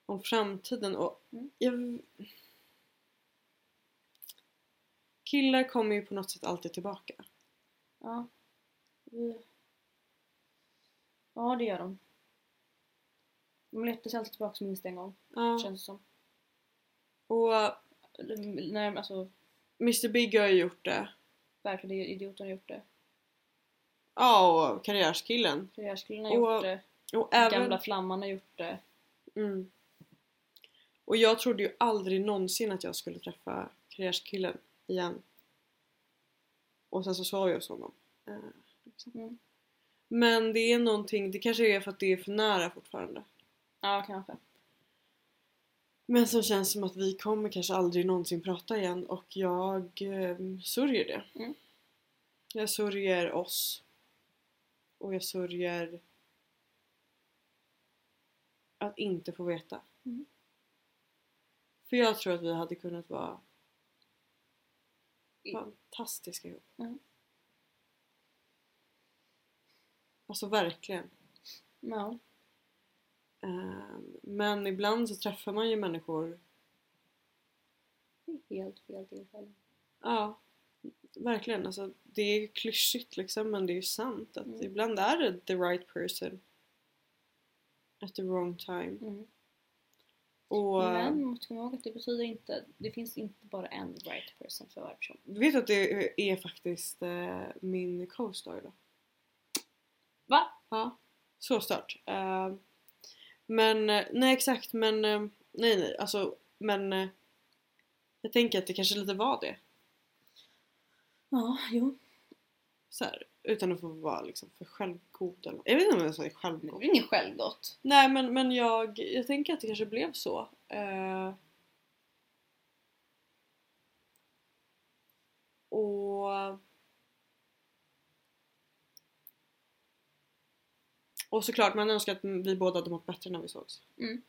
S1: Om framtiden och...
S2: Mm.
S1: Jag, killar kommer ju på något sätt alltid tillbaka.
S2: Ja. Vi- Ja, det gör de. De letar sig alltid tillbaka minst en gång,
S1: Ja.
S2: känns det som.
S1: Och
S2: Eller, Nej, men alltså,
S1: Mr Big har ju gjort det.
S2: verkligen idioten har gjort det.
S1: Ja, och Karriärskillen.
S2: Karriärskillen har
S1: Och
S2: gjort det.
S1: Och även...
S2: Gamla flamman har gjort det.
S1: Mm. Och jag trodde ju aldrig någonsin att jag skulle träffa karriärskillen igen. Och sen så sa jag hos honom. Eh, liksom.
S2: Mm.
S1: Men det är någonting, det kanske är för att det är för nära fortfarande.
S2: Ja, kanske.
S1: Men som känns som att vi kommer kanske aldrig någonsin prata igen och jag eh, sörjer det.
S2: Mm.
S1: Jag sörjer oss. Och jag sörjer att inte få veta.
S2: Mm.
S1: För jag tror att vi hade kunnat vara fantastiska ihop.
S2: Mm.
S1: Alltså verkligen.
S2: Ja.
S1: Eh, men ibland så träffar man ju människor
S2: Det är helt fel tillfälle.
S1: Ja, verkligen. Alltså, det är klyschigt liksom men det är ju sant att
S2: Mm.
S1: ibland är det the right person at the wrong time.
S2: Mm.
S1: Och
S2: Men man måste komma ihåg att det betyder inte, det finns inte bara en right person för varje person.
S1: vet du att det är faktiskt eh, min co-star då?
S2: Va?
S1: Ja, så stört. Eh, men eh, nej exakt men eh, nej nej alltså men eh, jag tänker att det kanske lite var det.
S2: Ja, jo.
S1: Så här, utan att få vara liksom för självgod eller Jag vet inte om jag säger
S2: Det
S1: självgod.
S2: är inget självgott.
S1: Nej men, men jag, jag tänker att det kanske blev så. Eh, och... Och såklart, man önskar att vi båda hade mått bättre när vi sågs.
S2: Mm.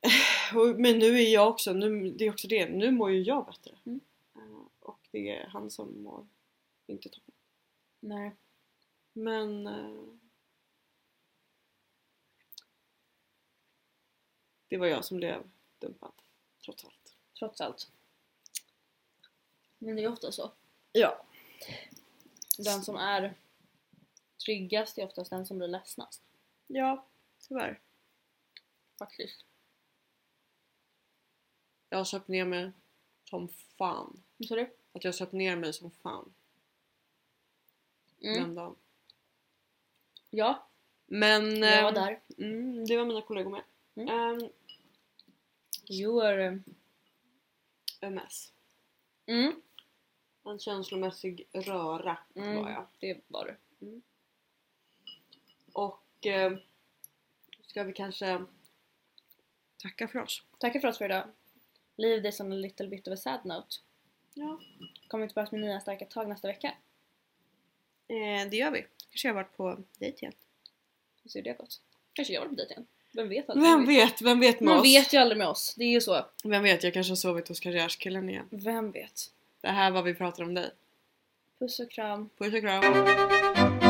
S1: Eh, Och, men nu är jag också, nu, det är också det, nu mår ju jag bättre.
S2: Mm.
S1: Eh, och det är han som mår inte toppen.
S2: Nej.
S1: Men... eh, Det var jag som blev dumpad, trots allt.
S2: Trots allt. Men det är ofta så.
S1: Ja.
S2: Den som är tryggast är oftast den som blir ledsnast.
S1: Ja, tyvärr.
S2: Faktiskt.
S1: Jag har söpt ner mig som fan.
S2: Vad sa du?
S1: Att jag har söpt ner mig som fan
S2: Mm.
S1: den dagen.
S2: Ja,
S1: Men...
S2: jag var
S1: ehm,
S2: där.
S1: Mm, det var mina kollegor med.
S2: Mm.
S1: Ehm,
S2: You eh, are...
S1: MS.
S2: Mm.
S1: En känslomässig röra
S2: Mm.
S1: var jag.
S2: Det var du.
S1: Och... Eh, ska vi kanske tacka för oss?
S2: Tackar för oss för idag. Leave this on a little bit of a sad note.
S1: Ja.
S2: Kommer tillbaka med nya starka tag nästa vecka.
S1: Eh, det gör vi. Kanske jag har varit på dejt igen.
S2: Hur ser det gått? Kanske jag var på dejt igen. Vem vet? aldrig?
S1: Vem vet, vem vet med
S2: Man
S1: oss?
S2: vet ju aldrig med oss. Det är ju så.
S1: Vem vet, jag kanske har sovit hos karriärskillen igen.
S2: Vem vet?
S1: Det här var vi pratar om dig.
S2: Puss och kram.
S1: Puss och kram!